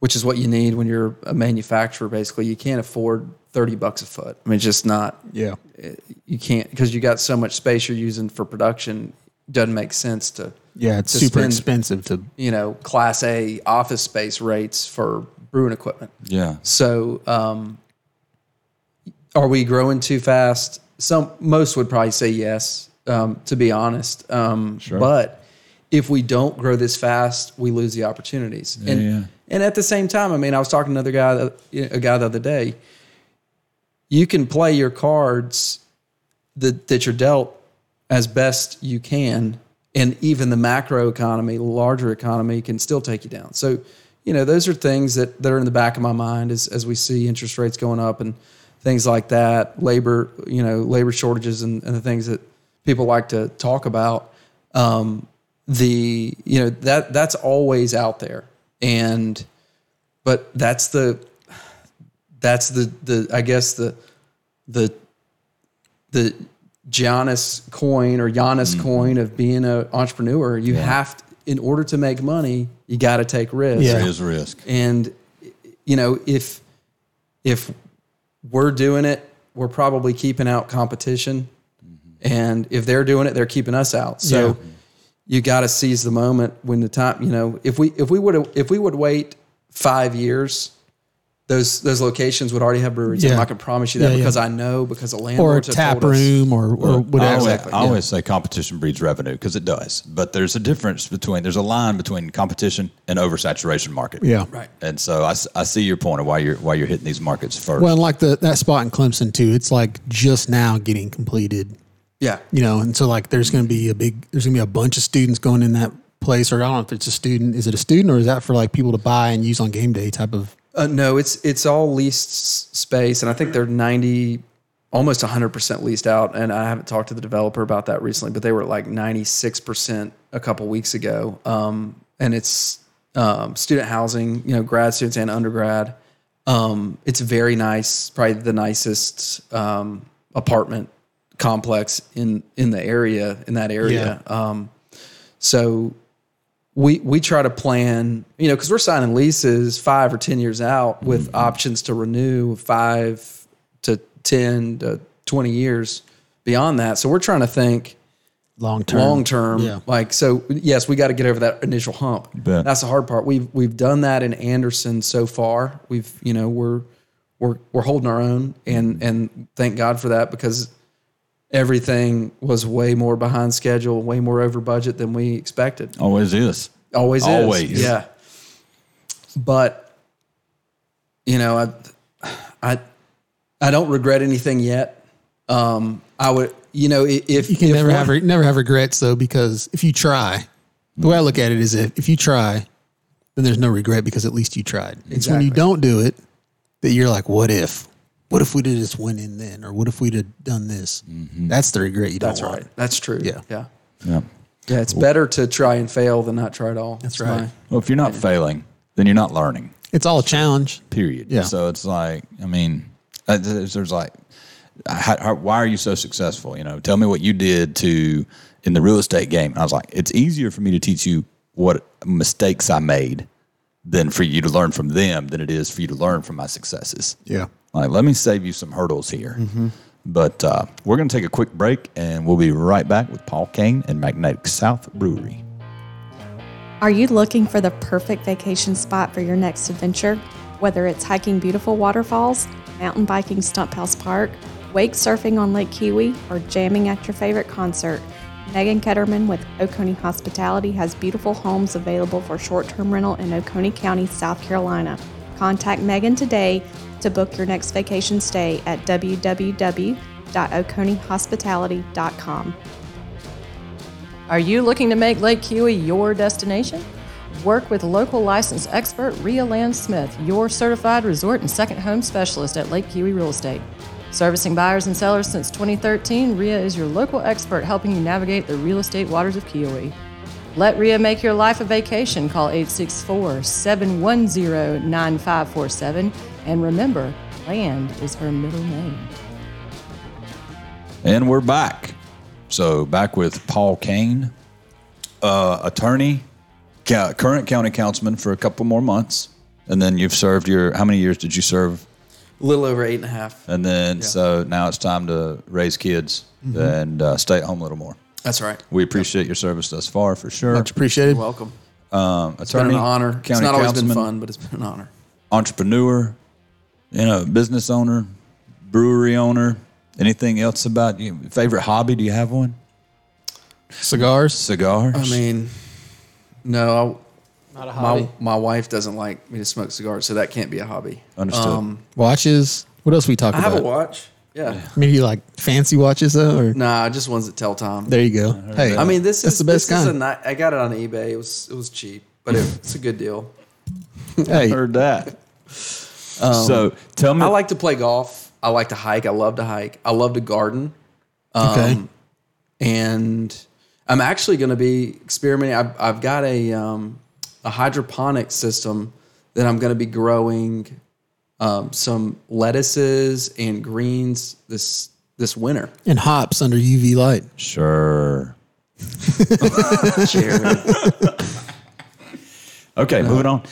D: which is what you need when you're a manufacturer basically you can't afford 30 bucks a foot i mean it's just not
B: yeah,
D: you can't because you got so much space you're using for production doesn't make sense to
B: yeah, it's
D: to
B: super
D: spend,
B: expensive to.
D: you know class a office space rates for brewing equipment
C: Yeah.
D: so um are we growing too fast some most would probably say yes um, to be honest um but if we don't grow this fast we lose the opportunities and
C: yeah.
D: and at the same time i mean i was talking to another guy the- a guy the other day you can play your cards that, that you're dealt as best you can. And even the macro economy, larger economy can still take you down. So, you know, those are things that, that are in the back of my mind as, as we see interest rates going up and things like that, labor, you know, labor shortages and, and the things that people like to talk about. Um, the, you know, that that's always out there. And, but that's the, that's the, the, I guess the, the the Giannis coin or Giannis coin of being an entrepreneur. You have to, in order to make money, you got to take risks.
B: Yeah.
C: There is risk.
D: And you know, if if we're doing it, we're probably keeping out competition. And if they're doing it, they're keeping us out. So
B: Mm-hmm. Yeah.
D: you got to seize the moment when the time, you know, if we if we would if we would wait 5 years those those locations would already have breweries. in them.
B: Yeah.
D: I can promise you that
B: Yeah, yeah.
D: because I know because the landlord
B: Or a tap
D: told us.
B: room or, or
C: I always,
B: whatever.
C: I always say competition breeds revenue because it does, but there's a difference between there's a line between competition and oversaturation market.
B: Yeah.
D: Right.
C: And so I, s- I see your point of why you're why you're hitting these markets first.
B: Well, and like the that spot in Clemson too, it's like just now getting completed.
D: Yeah.
B: You know, and so like there's going to be a big, there's going to be a bunch of students going in that place, or I don't know if it's a student. Is it a student or is that for like people to buy and use on game day type of?
D: Uh, no, it's it's all leased s- space, and I think they're ninety almost 100% leased out. And I haven't talked to the developer about that recently, but they were at like 96% a couple weeks ago. Um, and it's um, student housing, you know, grad students and undergrad. Um, it's very nice, probably the nicest um, apartment complex in in the area in that area. Um, so we we try to plan, you know, because we're signing leases five or ten years out with options to renew five to ten to twenty years beyond that. So we're trying to think
B: Long term.
D: long term.
B: Yeah.
D: Like so, yes, we got to get over that initial hump.
C: bet.
D: That's the hard part. We've we've done that in Anderson so far. We've you know we're we're we're holding our own, and and thank God for that because everything was way more behind schedule, way more over budget than we expected.
C: Always is.
D: Always,
C: Always.
D: is. Yeah. But you know, I, I, I don't regret anything yet. Um, I would, you know, i- if
B: You can
D: if
B: never
D: one-
B: have re- never have regrets though, because if you try, the way I look at it is if, if you try, then there's no regret because at least you tried. It's when you
D: Exactly.
B: don't do it that you're like, what if? What if we'd have just went in then, or what if we'd have done this? That's the regret you don't.
D: Mm-hmm. that's
B: want.
D: right. That's true.
B: Yeah.
D: yeah,
C: Yeah.
D: yeah. It's better to try and fail than not try at all. That's
B: right.
C: Well, if you're not failing, then you're not learning.
B: It's all a challenge.
C: Period.
B: Yeah.
C: So it's like, I mean, uh, there's there's like, how, how, why are you so successful? You know, tell me what you did to in the real estate game. I was like, it's easier for me to teach you what mistakes I made than for you to learn from them than it is for you to learn from my successes.
B: Yeah. Mm-hmm.
C: Like, let me save you some hurdles here. But uh, we're going to take a quick break and we'll be right back with Paul Kane and Magnetic South Brewery.
A: Are you looking for the perfect vacation spot for your next adventure? Whether it's hiking beautiful waterfalls, mountain biking Stump House Park, wake surfing on Lake Kiwi, or jamming at your favorite concert, Megan Ketterman with Oconee Hospitality has beautiful homes available for short term rental in Oconee County, South Carolina. Contact Megan today to book your next vacation stay at www.oconeehospitality.com.
E: Are you looking to make Lake Huey your destination? Work with local licensed expert Rhea Land Smith, your certified resort and second home specialist at Lake Huey Real Estate. Servicing buyers and sellers since 2013, Rhea is your local expert helping you navigate the real estate waters of Kiwi. Let Rhea make your life a vacation. Call 864 710 9547. And remember, land is her middle name.
C: And we're back. So back with Paul Kane, uh, attorney, ca- current county councilman for a couple more months, and then you've served your. How many years did you serve?
D: A little over eight and a half.
C: And then so now it's time to raise kids
D: Mm-hmm.
C: and uh, stay at home a little more.
D: That's right.
C: We appreciate your service thus far for sure.
B: Much appreciated.
D: Welcome.
C: Um, attorney,
D: Been an honor.
C: County
D: it's not always been
C: councilman,
D: fun, but it's been an honor.
C: entrepreneur, you know, business owner, brewery owner. Anything else about you? Favorite hobby? Do you have one?
B: Cigars.
C: Cigars.
D: I mean, no, I, my my wife doesn't like me to smoke cigars, so that can't be a hobby.
C: Understood.
D: um,
B: Watches. What else we talk
D: I have a
B: about?
D: watch. Yeah.
B: I mean, you like fancy watches though, or
D: Nah, just ones that tell time.
B: there you go. Hey,
D: I mean, this
B: that's
D: is
B: the best
D: this Is a
B: kind.
D: ni- I got it on eBay. It was it was cheap, but it, it's a good deal.
B: hey,
C: heard that. so tell me,
D: I like to play golf. I like to hike. I love to hike. I love to garden.
B: okay.
D: um, and I'm actually going to be experimenting. I've, I've got a um, a hydroponic system that I'm going to be growing um, some lettuces and greens this this winter.
B: and hops under UV light.
C: sure.
D: Jared.
C: Okay, moving on.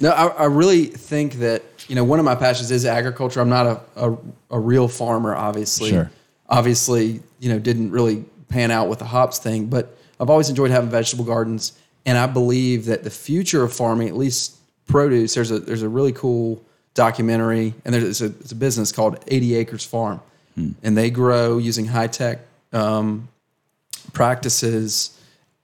D: No, I, I really think that you know one of my passions is agriculture. I'm not a a, a real farmer, obviously.
C: Sure.
D: Obviously, you know, didn't really pan out with the hops thing, but I've always enjoyed having vegetable gardens, and I believe that the future of farming, at least produce, there's a there's a really cool documentary, and there's it's a, it's a business called 80 Acres Farm, and they grow using high tech um, practices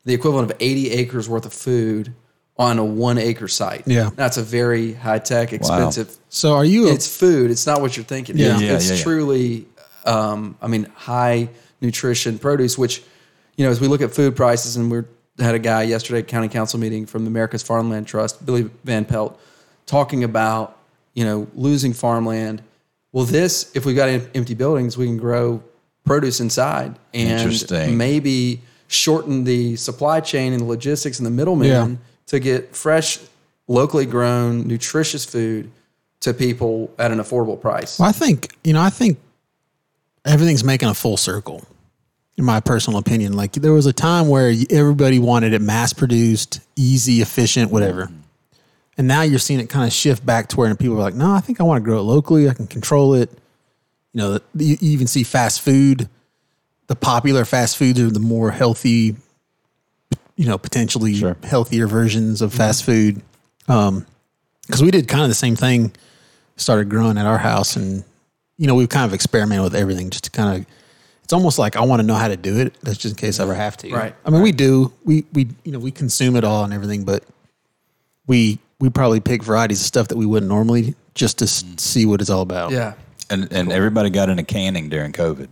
D: the equivalent of 80 acres worth of food on a one acre site.
B: Yeah.
D: That's a very high tech, expensive.
B: So are you? A,
D: It's food. It's not what you're thinking.
B: Yeah.
D: It's,
C: Yeah,
D: it's
C: yeah, yeah.
D: truly, um, I mean, high nutrition produce, which, you know, as we look at food prices, and we had a guy yesterday at county council meeting from the America's Farmland Trust, Billy Van Pelt, talking about, you know, losing farmland Well, this, if we've got em- empty buildings, we can grow produce inside and
C: Interesting.
D: maybe shorten the supply chain and the logistics and the middleman
B: Yeah.
D: to get fresh, locally grown, nutritious food to people at an affordable price.
B: Well, I think you know. I think everything's making a full circle. In my personal opinion, like there was a time where everybody wanted it mass produced, easy, efficient, whatever. And now you're seeing it kind of shift back to where people are like, no, I think I want to grow it locally. I can control it. You know, you you even see fast food. The popular fast foods are the more healthy, you know, potentially
C: Sure.
B: healthier versions of fast food. Because we did kind of the same thing started growing at our house and you know we've kind of experimented with everything just to kind of it's almost like i want to know how to do it that's just in case i ever have to
D: Right.
B: i mean we do we we you know we consume it all and everything but we we probably pick varieties of stuff that we wouldn't normally just to s- see what it's all about
D: Mm. yeah.
C: And, and everybody got into canning during COVID.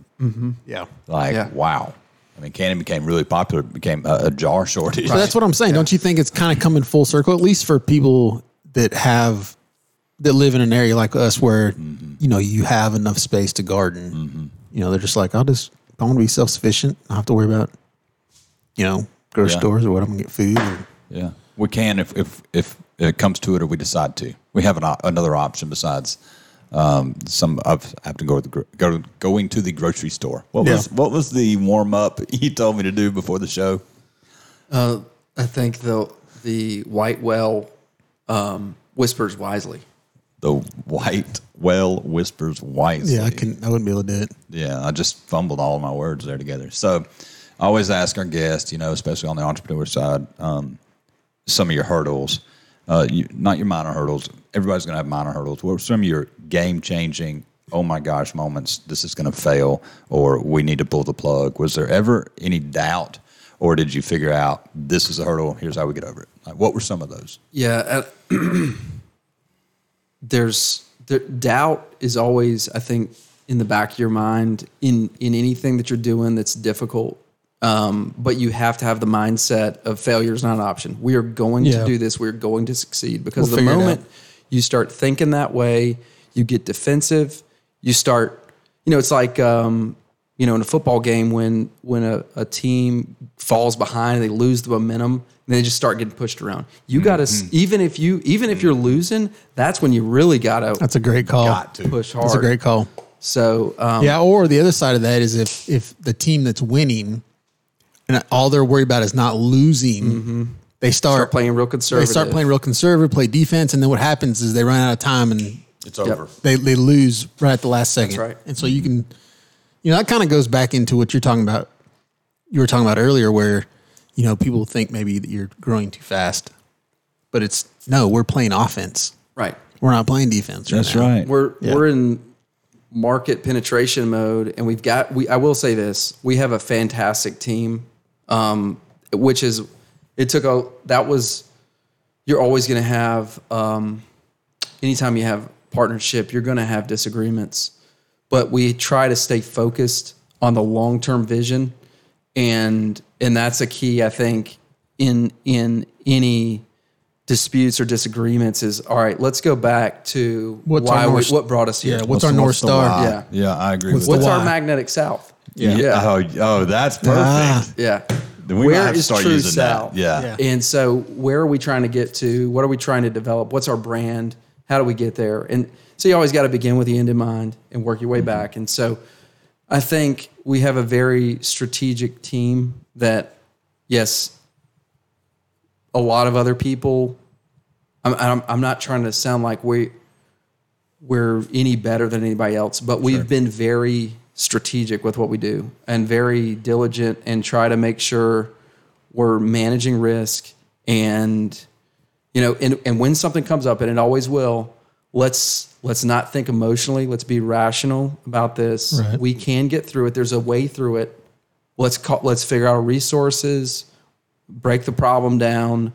B: yeah
C: Like,
D: Yeah.
C: wow. I mean, canning became really popular, It became a, a jar shortage.
B: so that's what i'm saying don't you think it's kind of coming full circle at least for people that have that live in an area like us where you know you have enough space to garden
C: Mm-hmm.
B: you know they're just like i'll just i want to be self-sufficient i don't have to worry about you know grocery
C: Yeah.
B: stores or what i'm gonna get food or,
C: Yeah, we can if if if it comes to it, or we decide to. We have an, o- another option besides um, some. I've, I have to go to the gro- go going to the grocery store. What
B: Yeah.
C: was what was the warm up [laughs] you told me to do before the show?
D: I think the, the white well um, whispers wisely.
C: The white whale whispers wisely.
B: yeah i can i wouldn't be able to do it
C: Yeah, I just fumbled all my words there together. So I always ask our guests, you know, especially on the entrepreneur side, um, some of your hurdles, uh, you, not your minor hurdles. Everybody's going to have minor hurdles. What were some of your game changing, oh my gosh moments? This is going to fail, or we need to pull the plug. Was there ever any doubt, or did you figure out this is a hurdle? Here's how we get over it? Like, what were some of those?
D: Yeah, uh, [clears throat] there's there, doubt is always I think in the back of your mind in in anything that you're doing that's difficult. Um, but you have to have the mindset of failure is not an option. We are going
B: Yeah.
D: to do this. We're going to succeed because
B: We'll
D: the
B: figure it out.
D: moment you start thinking that way, you get defensive. You start, you know, it's like, um, you know, in a football game when when a, a team falls behind, they lose the momentum, and they just start getting pushed around. You got
B: Mm-hmm.
D: to even if you even if you're losing, that's when you really got to
B: that's a great call
C: Got to.
D: push hard.
B: that's a great call
D: So um,
B: yeah or the other side of that is if if the team that's winning and all they're worried about is not losing they
D: start
B: start,
D: playing real
B: they
D: conservative.
B: start playing real conservative play defense and then what happens is they run out of time and
C: It's over.
B: they, they lose right at the last second.
D: right.
B: And so you can, you know, that kind of goes back into what you're talking about. You were talking about earlier where, you know, people think maybe that you're growing too fast, but it's no, we're playing offense.
D: right.
B: We're not playing defense.
C: That's
B: now.
C: right.
D: We're we're in market penetration mode, and we've got. We I will say this: we have a fantastic team, um, which is it took a that was. You're always going to have, um, anytime you have partnership, you're going to have disagreements, but we try to stay focused on the long term vision, and and that's a key I think in in any disputes or disagreements is all right. Let's go back to
B: What's
D: why
B: our
D: we,
B: North-
D: what brought us here.
B: Yeah. What's, our North
C: the
B: Star?
C: why?
D: Yeah.
C: yeah, I agree.
B: What's
C: with
D: What's
C: that.
B: why?
D: our magnetic south?
C: Yeah. Oh, oh, that's perfect.
B: Ah.
D: Yeah.
C: Then we might
D: where
C: have to
D: is
C: start
D: true
C: using
D: south?
C: that. Yeah.
B: Yeah.
D: And so where are we trying to get to? What are we trying to develop? What's our brand? How do we get there? And so you always got to begin with the end in mind and work
C: Mm-hmm.
D: your way back. And so I think we have a very strategic team that yes, a lot of other people I'm, I'm, I'm not trying to sound like we we're any better than anybody else, but we've been very strategic with what we do and very diligent and try to make sure we're managing risk and you know and, and when something comes up and it always will let's let's not think emotionally let's be rational about this
B: Right.
D: we can get through it there's a way through it let's call let's figure out our resources break the problem down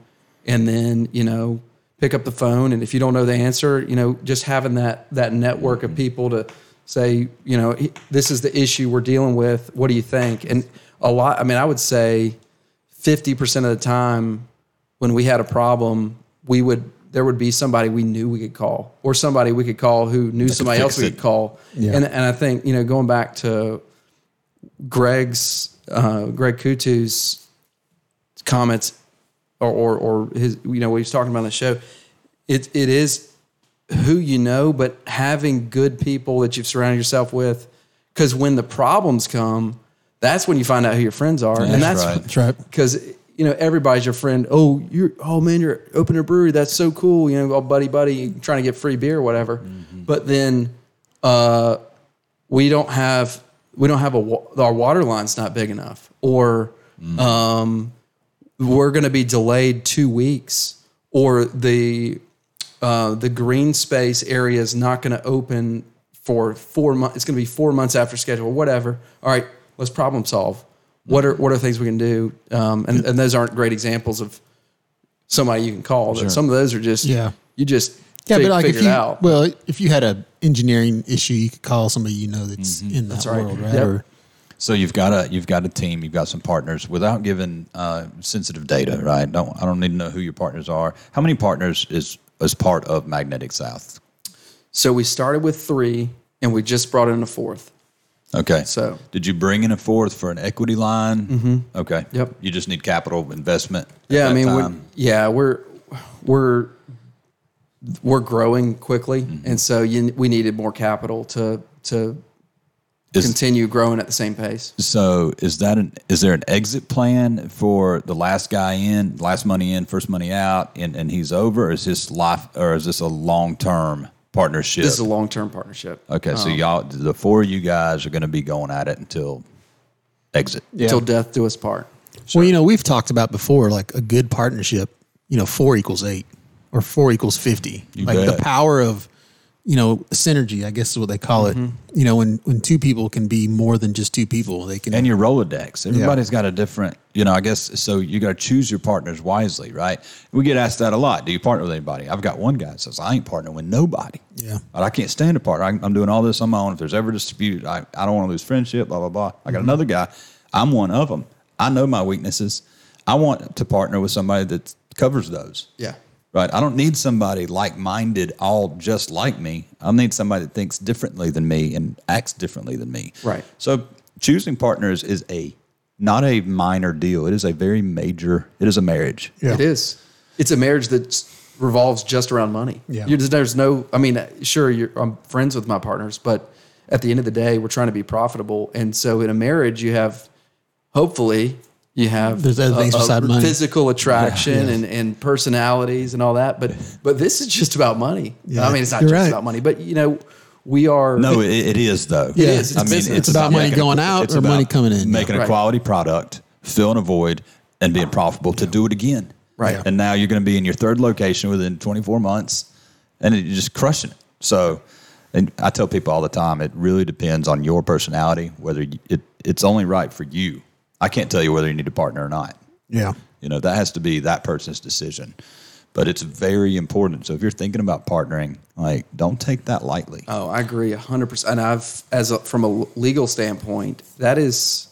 D: and then you know pick up the phone and if you don't know the answer you know just having that that network of people to say you know "He- this is the issue we're dealing with what do you think and a lot i mean i would say 50% of the time when we had a problem we would there would be somebody we knew we could call or somebody we could call who knew somebody else
C: fix
D: we
C: it.
D: could call. And, and I think, you know, going back to Greg's, uh, Greg Kutu's comments or, or, or his, you know, what he was talking about on the show, it, it is who you know, but having good people that you've surrounded yourself with. Because when the problems come, that's when you find out who your friends are. and
C: That's
D: that's
C: right.
B: That's right.
D: because you know everybody's your friend. Oh, you're oh man, you're opening a brewery. That's so cool. You know, all buddy buddy, trying to get free beer or whatever.
B: Mm-hmm.
D: But then uh, we don't have we don't have a wa- our water line's not big enough, or
B: Mm.
D: um, we're going to be delayed two weeks, or the uh, the green space area is not going to open for four months. It's going to be four months after schedule, whatever. All right, let's problem solve. What are what are things we can do? Um, and, and those aren't great examples of somebody you can call. Some of those are just
B: Yeah.
D: You just
B: Yeah,
D: fig-
B: but like
D: figure
B: if
D: it
B: you
D: out.
B: well, if you had a engineering issue, you could call somebody you know that's in that
D: Mm-hmm. right.
B: world, right?
D: Yep.
B: Or
C: So you've got a you've got a team, you've got some partners. Without giving uh, sensitive data, right? Don't I don't need to know who your partners are. How many partners is as part of Magnetic South?
D: So we started with three, and we just brought in a fourth.
C: Okay.
D: So-
C: did you bring in a fourth for an equity line? Mm-hmm. Okay.
D: Yep.
C: You just need capital investment. at
D: Yeah, I
C: that
D: mean, we're,
C: time.
D: yeah, we're we're we're growing quickly,
C: Mm-hmm.
D: and so you, we needed more capital to to
C: Is-
D: continue growing at the same pace.
C: So is that an is there an exit plan for the last guy in, last money in, first money out, and, and he's over? Or is this life or is this a long term partnership?
D: This is a long term partnership
C: okay, so y'all the four of you guys are gonna be going at it until exit.
D: till death do us part.
B: well, you know, we've talked about before, like a good partnership. You know, four equals eight, or four equals fifty. like
C: bet.
B: the power of, you know, synergy. I guess is what they call it.
D: Mm-hmm.
B: You know, when when two people can be more than just two people, they can.
C: And your Rolodex. Everybody's got a different, you know, I guess so you gotta choose your partners wisely, right? We get asked that a lot. Do you partner with anybody? I've got one guy that says, I ain't partnering with nobody.
B: Yeah.
C: But I can't stand a partner. I, I'm doing all this on my own. If there's ever dispute, I, I don't want to lose friendship, blah, blah, blah. I got another guy. I'm one of them. I know my weaknesses. I want to partner with somebody that covers those.
D: Yeah.
C: Right. I don't need somebody like minded, all just like me. I need somebody that thinks differently than me and acts differently than me.
D: Right.
C: So choosing partners is a not a minor deal. It is a very major. It is a marriage.
B: Yeah.
D: It is. It's a marriage that revolves just around money.
B: Yeah.
D: You're just- there's no. I mean, sure, you're, I'm friends with my partners, but at the end of the day, we're trying to be profitable. And so, in a marriage, you have, hopefully, you have
B: There's other things besides money.
D: physical attraction and, and personalities and all that.
B: [laughs]
D: But but this is just about money. I mean, it's not
B: You're
D: just
B: right.
D: about money, but you know, we are.
C: No, it, it is though. It
B: is. It's business. It's about money
C: making-
B: going out
C: it's
B: or
C: about
B: money coming in.
C: Making a
D: Right.
C: quality product, filling a void, and being profitable to do it again.
D: Right.
C: And now you're going to be in your third location within 24 months, and you're just crushing it. So, and I tell people all the time, it really depends on your personality. Whether you, it it's only right for you. I can't tell you whether you need a partner or not.
B: yeah.
C: You know, that has to be that person's decision. But it's very important. So if you're thinking about partnering, like don't take that lightly.
D: Oh, I agree, hundred percent. And I've, as a, from a legal standpoint, that is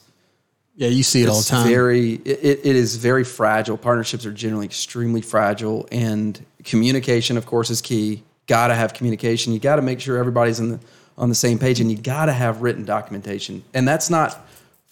B: Yeah, you see it all the
D: it's
B: time.
D: Very, it, it it is very fragile. Partnerships are generally extremely fragile, and communication, of course, is key. Got to have communication. You got to make sure everybody's on the on the same page, and you got to have written documentation. And that's not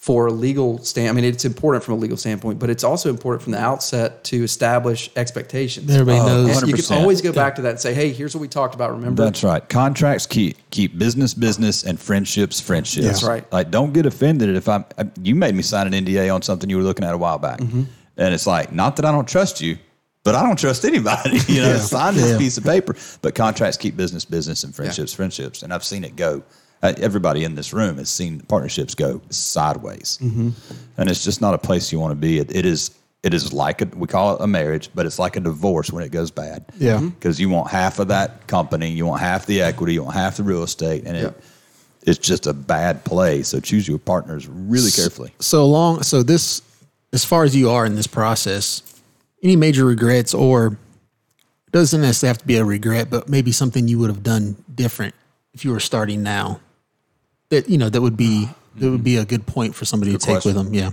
D: for a legal stand. I mean, it's important from a legal standpoint, but it's also important from the outset to establish expectations.
B: Everybody knows.
D: And you can
C: 100%.
D: always go back to that and say, "Hey, here's what we talked about. Remember,
C: That's right. Contracts keep keep business business and friendships friendships.
B: That's
D: right.
C: Like don't get offended if I'm I- you made me sign an NDA on something you were looking at a while back,
B: Mm-hmm.
C: and it's like not that I don't trust you, but I don't trust anybody. [laughs] You know, sign this
B: Yeah.
C: piece of paper. But contracts keep business business and friendships friendships, and I've seen it go. Uh, Everybody in this room has seen partnerships go sideways,
B: Mm-hmm.
C: and it's just not a place you want to be. It, it is. It is like a, we call it a marriage, but it's like a divorce when it goes bad
B: Yeah.
D: Mm-hmm.
C: because you want half of that company, you want half the equity, you want half the real estate, and it, it's just a bad play. So choose your partners really carefully.
B: so long so this as far as you are in this process any major regrets or it doesn't necessarily have to be a regret but maybe something you would have done different if you were starting now that you know that would be that would be a good point for somebody to take with them yeah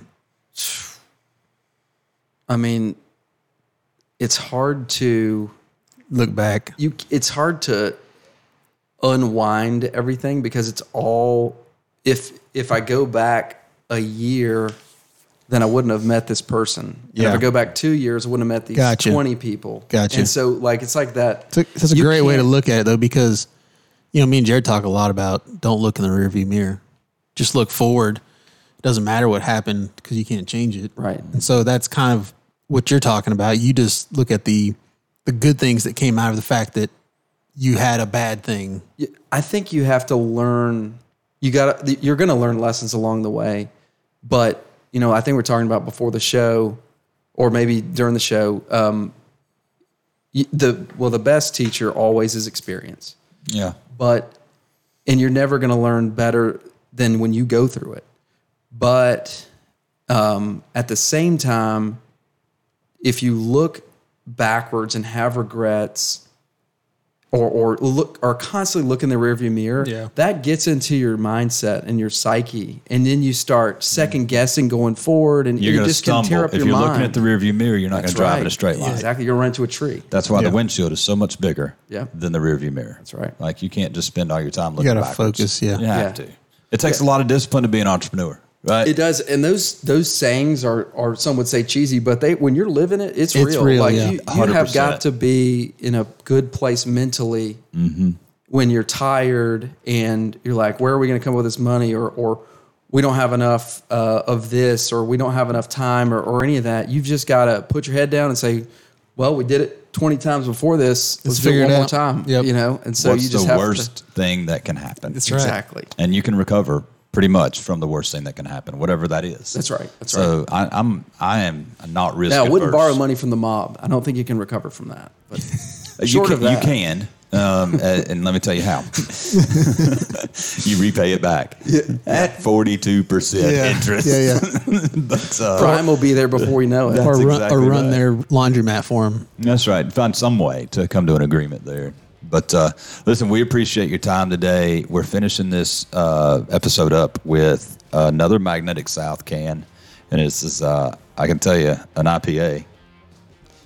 D: I mean, it's hard to
B: look back.
D: you it's hard to unwind everything because it's all if if I go back a year then I wouldn't have met this person. And
B: Yeah.
D: If I go back two years, I wouldn't have met these
B: Gotcha.
D: twenty people.
B: Gotcha.
D: And so, like, it's like that.
B: It's a- That's a
D: You
B: great way to
D: can't-
B: look at it, though, because you know me and Jared talk a lot about don't look in the rearview mirror, just look forward. It doesn't matter what happened because you can't change it,
D: Right.
B: And so that's kind of what you're talking about. You just look at the the good things that came out of the fact that you had a bad thing.
D: y- I think you have to learn. You got to you're going to learn lessons along the way, but you know I think we're talking about before the show, or maybe during the show. Um, y- the well, the best teacher always is experience,
C: Yeah.
D: but and you're never going to learn better than when you go through it. But um, at the same time, if you look backwards and have regrets or, or look are constantly look in the rearview mirror,
B: Yeah.
D: that gets into your mindset and your psyche. And then you start second guessing going forward and
C: You're
D: you
C: going to
D: just can
C: stumble.
D: tear up
C: if
D: your
C: you're
D: mind.
C: looking at the rearview mirror, you're not going
D: That's
C: to drive
D: right.
C: in a straight line.
D: Exactly. You're running into a tree.
C: That's why
B: Yeah.
C: the windshield is so much bigger
D: Yeah.
C: than the rearview mirror. That's
D: right.
C: Like you can't just spend all your time
B: You
C: looking
B: got to
C: backwards.
B: focus. Yeah.
C: You have to. It takes a lot of discipline to be an entrepreneur, right?
D: It does, and those those sayings are, are some would say cheesy, but they when you're living it, it's,
B: It's
D: real.
B: real,
D: Like
B: yeah.
D: you, you have
C: 100%.
D: got to be in a good place mentally
C: Mm-hmm.
D: when you're tired and you're like, where are we going to come up with this money, or or we don't have enough uh, of this, or we don't have enough time, or, or any of that. You've just got to put your head down and say, well, we did it twenty times before this. Let's, do
B: figure
D: it
B: it
D: one more
B: out.
D: time.
B: Yep.
D: You know, and so
C: What's
D: you just
C: the
D: have
C: worst
D: to,
C: thing that can happen?
B: right.
D: exactly.
C: And you can recover pretty much from the worst thing that can happen, whatever that is.
D: That's right. That's
C: so I, I'm I am not risk.
D: Now, I wouldn't
C: averse.
D: borrow money from the mob. I don't think you can recover from that. But
B: [laughs]
C: You
D: short
C: can,
D: of that.
C: You can. Um, [laughs] a- and let me tell you how. [laughs] you repay it back at 42%
B: Yeah.
C: interest.
B: Yeah, yeah.
C: [laughs] That's, uh,
D: Prime will be there before we know it.
B: or run,
C: exactly
B: or run
C: right.
B: their laundromat for them.
C: That's right. Find some way to come to an agreement there. But uh, listen, we appreciate your time today. We're finishing this uh, episode up with another Magnetic South can, and this is uh, I can tell you an IPA.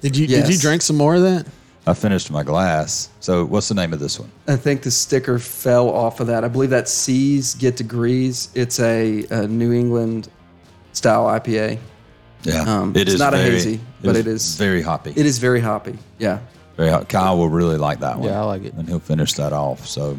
B: Did you did you
D: Yes.
B: drink some more of that?
C: I finished my glass. So, what's the name of this one?
D: I think the sticker fell off of that. I believe that's C's Get Degrees. It's a, a New England style IPA.
C: Yeah,
D: Um, it's not a hazy, but it is-
C: very hoppy.
D: It is very hoppy. Yeah.
C: Very hot. Kyle will really like that one.
B: Yeah, I like it.
C: And he'll finish that off. So,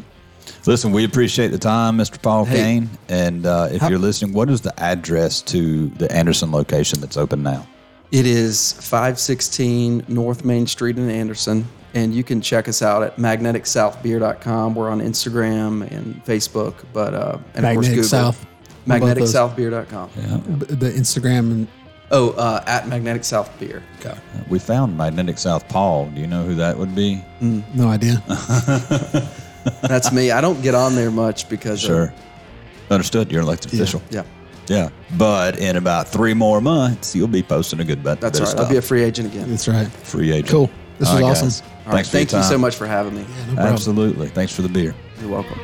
C: listen, we appreciate the time, Mr. Paul
D: Hey.
C: Kane. And uh, if you're listening, what is the address to the Anderson location that's open now?
D: It is 516 North Main Street in Anderson. And you can check us out at magneticsouthbeer.com. We're on Instagram and Facebook, but uh, and of course
B: Magnetic
D: Google.
B: South. On both those.
D: MagneticSouthBeer.com.
B: B- The Instagram and
D: Oh, uh, at Magnetic South Beer.
C: We found Magnetic South Paul. Do you know who that would be? [laughs]
B: no idea.
D: That's me. I don't get on there much because of-
C: Sure. Understood. You're an elected official.
D: yeah,
C: Yeah. But in about three more months, you'll be posting a good bit.
D: that's
C: bit of
D: all right.
C: Stuff.
D: I'll be a free agent again.
B: That's right.
C: free agent.
B: Cool. This
C: All
B: was
C: right,
B: awesome.
C: guys.
D: All right,
C: Thanks for your
D: thank you so
C: time.
D: much for having me.
B: No problem.
C: Absolutely. Thanks for the beer.
D: You're welcome.